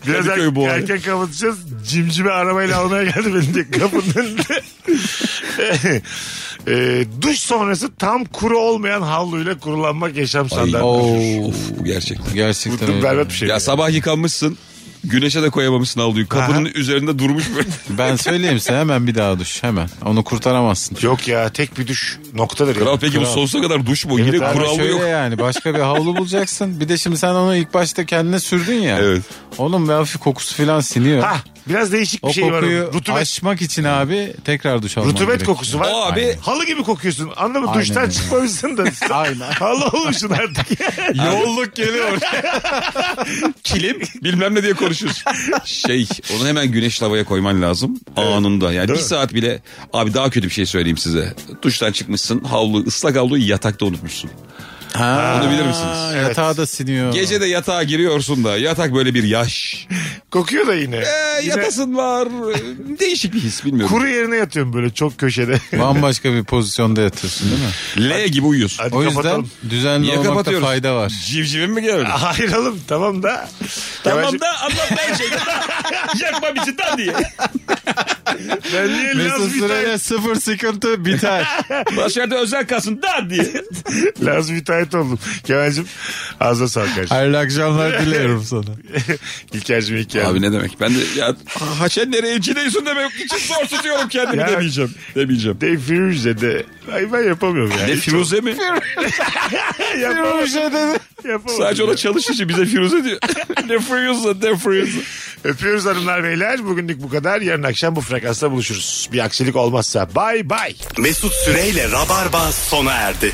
biraz
Kadıköy
er,
bu arada.
erken kapatacağız. Cimcime arabayla almaya geldi beni de kapının önünde. e, duş sonrası tam kuru olmayan havluyla kurulanmak yaşam standartı.
of bu gerçekten.
Gerçekten
Bu
öyle.
berbat bir şey.
Ya sabah yıkanmışsın. Güneşe de koyamamışsın havluyu. Kapının üzerinde durmuş böyle.
Ben söyleyeyim sana hemen bir daha duş hemen. Onu kurtaramazsın.
Yok ya tek bir duş noktadır. ya.
Kral peki bu sonsuza kadar duş mu? Yine
abi, şey-
kuralı
Şöyle
yok.
yani başka bir havlu bulacaksın. Bir de şimdi sen onu ilk başta kendine sürdün ya.
Evet.
Oğlum ve hafif kokusu falan siniyor.
Hah Biraz değişik bir
O
şey var.
kokuyu
onun. Rutubet,
aşmak için abi tekrar duş alman
rutubet
gerekiyor.
kokusu var.
O abi-
Aynen. Halı gibi kokuyorsun. Anladın mı?
Aynen
Duştan
öyle.
çıkmamışsın da.
Aynen.
Halı olmuşsun artık.
Yolluk geliyor. Kilim bilmem ne diye konuşuyoruz. Şey onu hemen güneş lavaya koyman lazım anında. Yani
Değil
bir
mi?
saat bile abi daha kötü bir şey söyleyeyim size. Duştan çıkmışsın havlu ıslak havluyu yatakta unutmuşsun.
Ha,
Onu bilir misiniz?
Evet. Yatağa da siniyor.
Gece de yatağa giriyorsun da yatak böyle bir yaş.
Kokuyor da yine.
Ee,
Yine
yatasın var. Ee, Değişik bir his bilmiyorum.
Kuru yerine yatıyorum böyle çok köşede.
Bambaşka bir pozisyonda yatırsın değil mi?
L gibi uyuyorsun.
Hadi
O yüzden
kapatalım.
düzenli
Niye
olmakta
kapatıyoruz?
fayda var.
Civcivim mi geldi?
Hayır oğlum tamam da.
Tamam
Yavaş-
da anlat ben şey- şeyden. Yakma bizi daha diye.
Ben niye Laz
Mesut
Müteahhit,
Süreyle sıfır sıkıntı biter.
Başarıda özel kalsın daha diye.
Laz müteahhit oldum. Kemal'cim ağzına sağlık kardeşim.
Hayırlı akşamlar diliyorum sana.
İlker'cim ilk geldin.
Abi ne demek? Ben de ya haşen nereye incideyisin demek için zor tutuyorum kendimi
Ya-
demeyeceğim. Demeyeceğim.
De Firuze de. Ay ben yapamıyorum yani.
Ne
Hiç
Firuze mi?
yapamam,
dedi.
yapamam.
Sadece ona çalışıcı bize Firuze diyor. ne Firuze ne Firuze.
Öpüyoruz hanımlar beyler. Bugünlük bu kadar. Yarın akşam bu frekansta buluşuruz. Bir aksilik olmazsa. Bay bay.
Mesut Süreyle Rabarba sona erdi.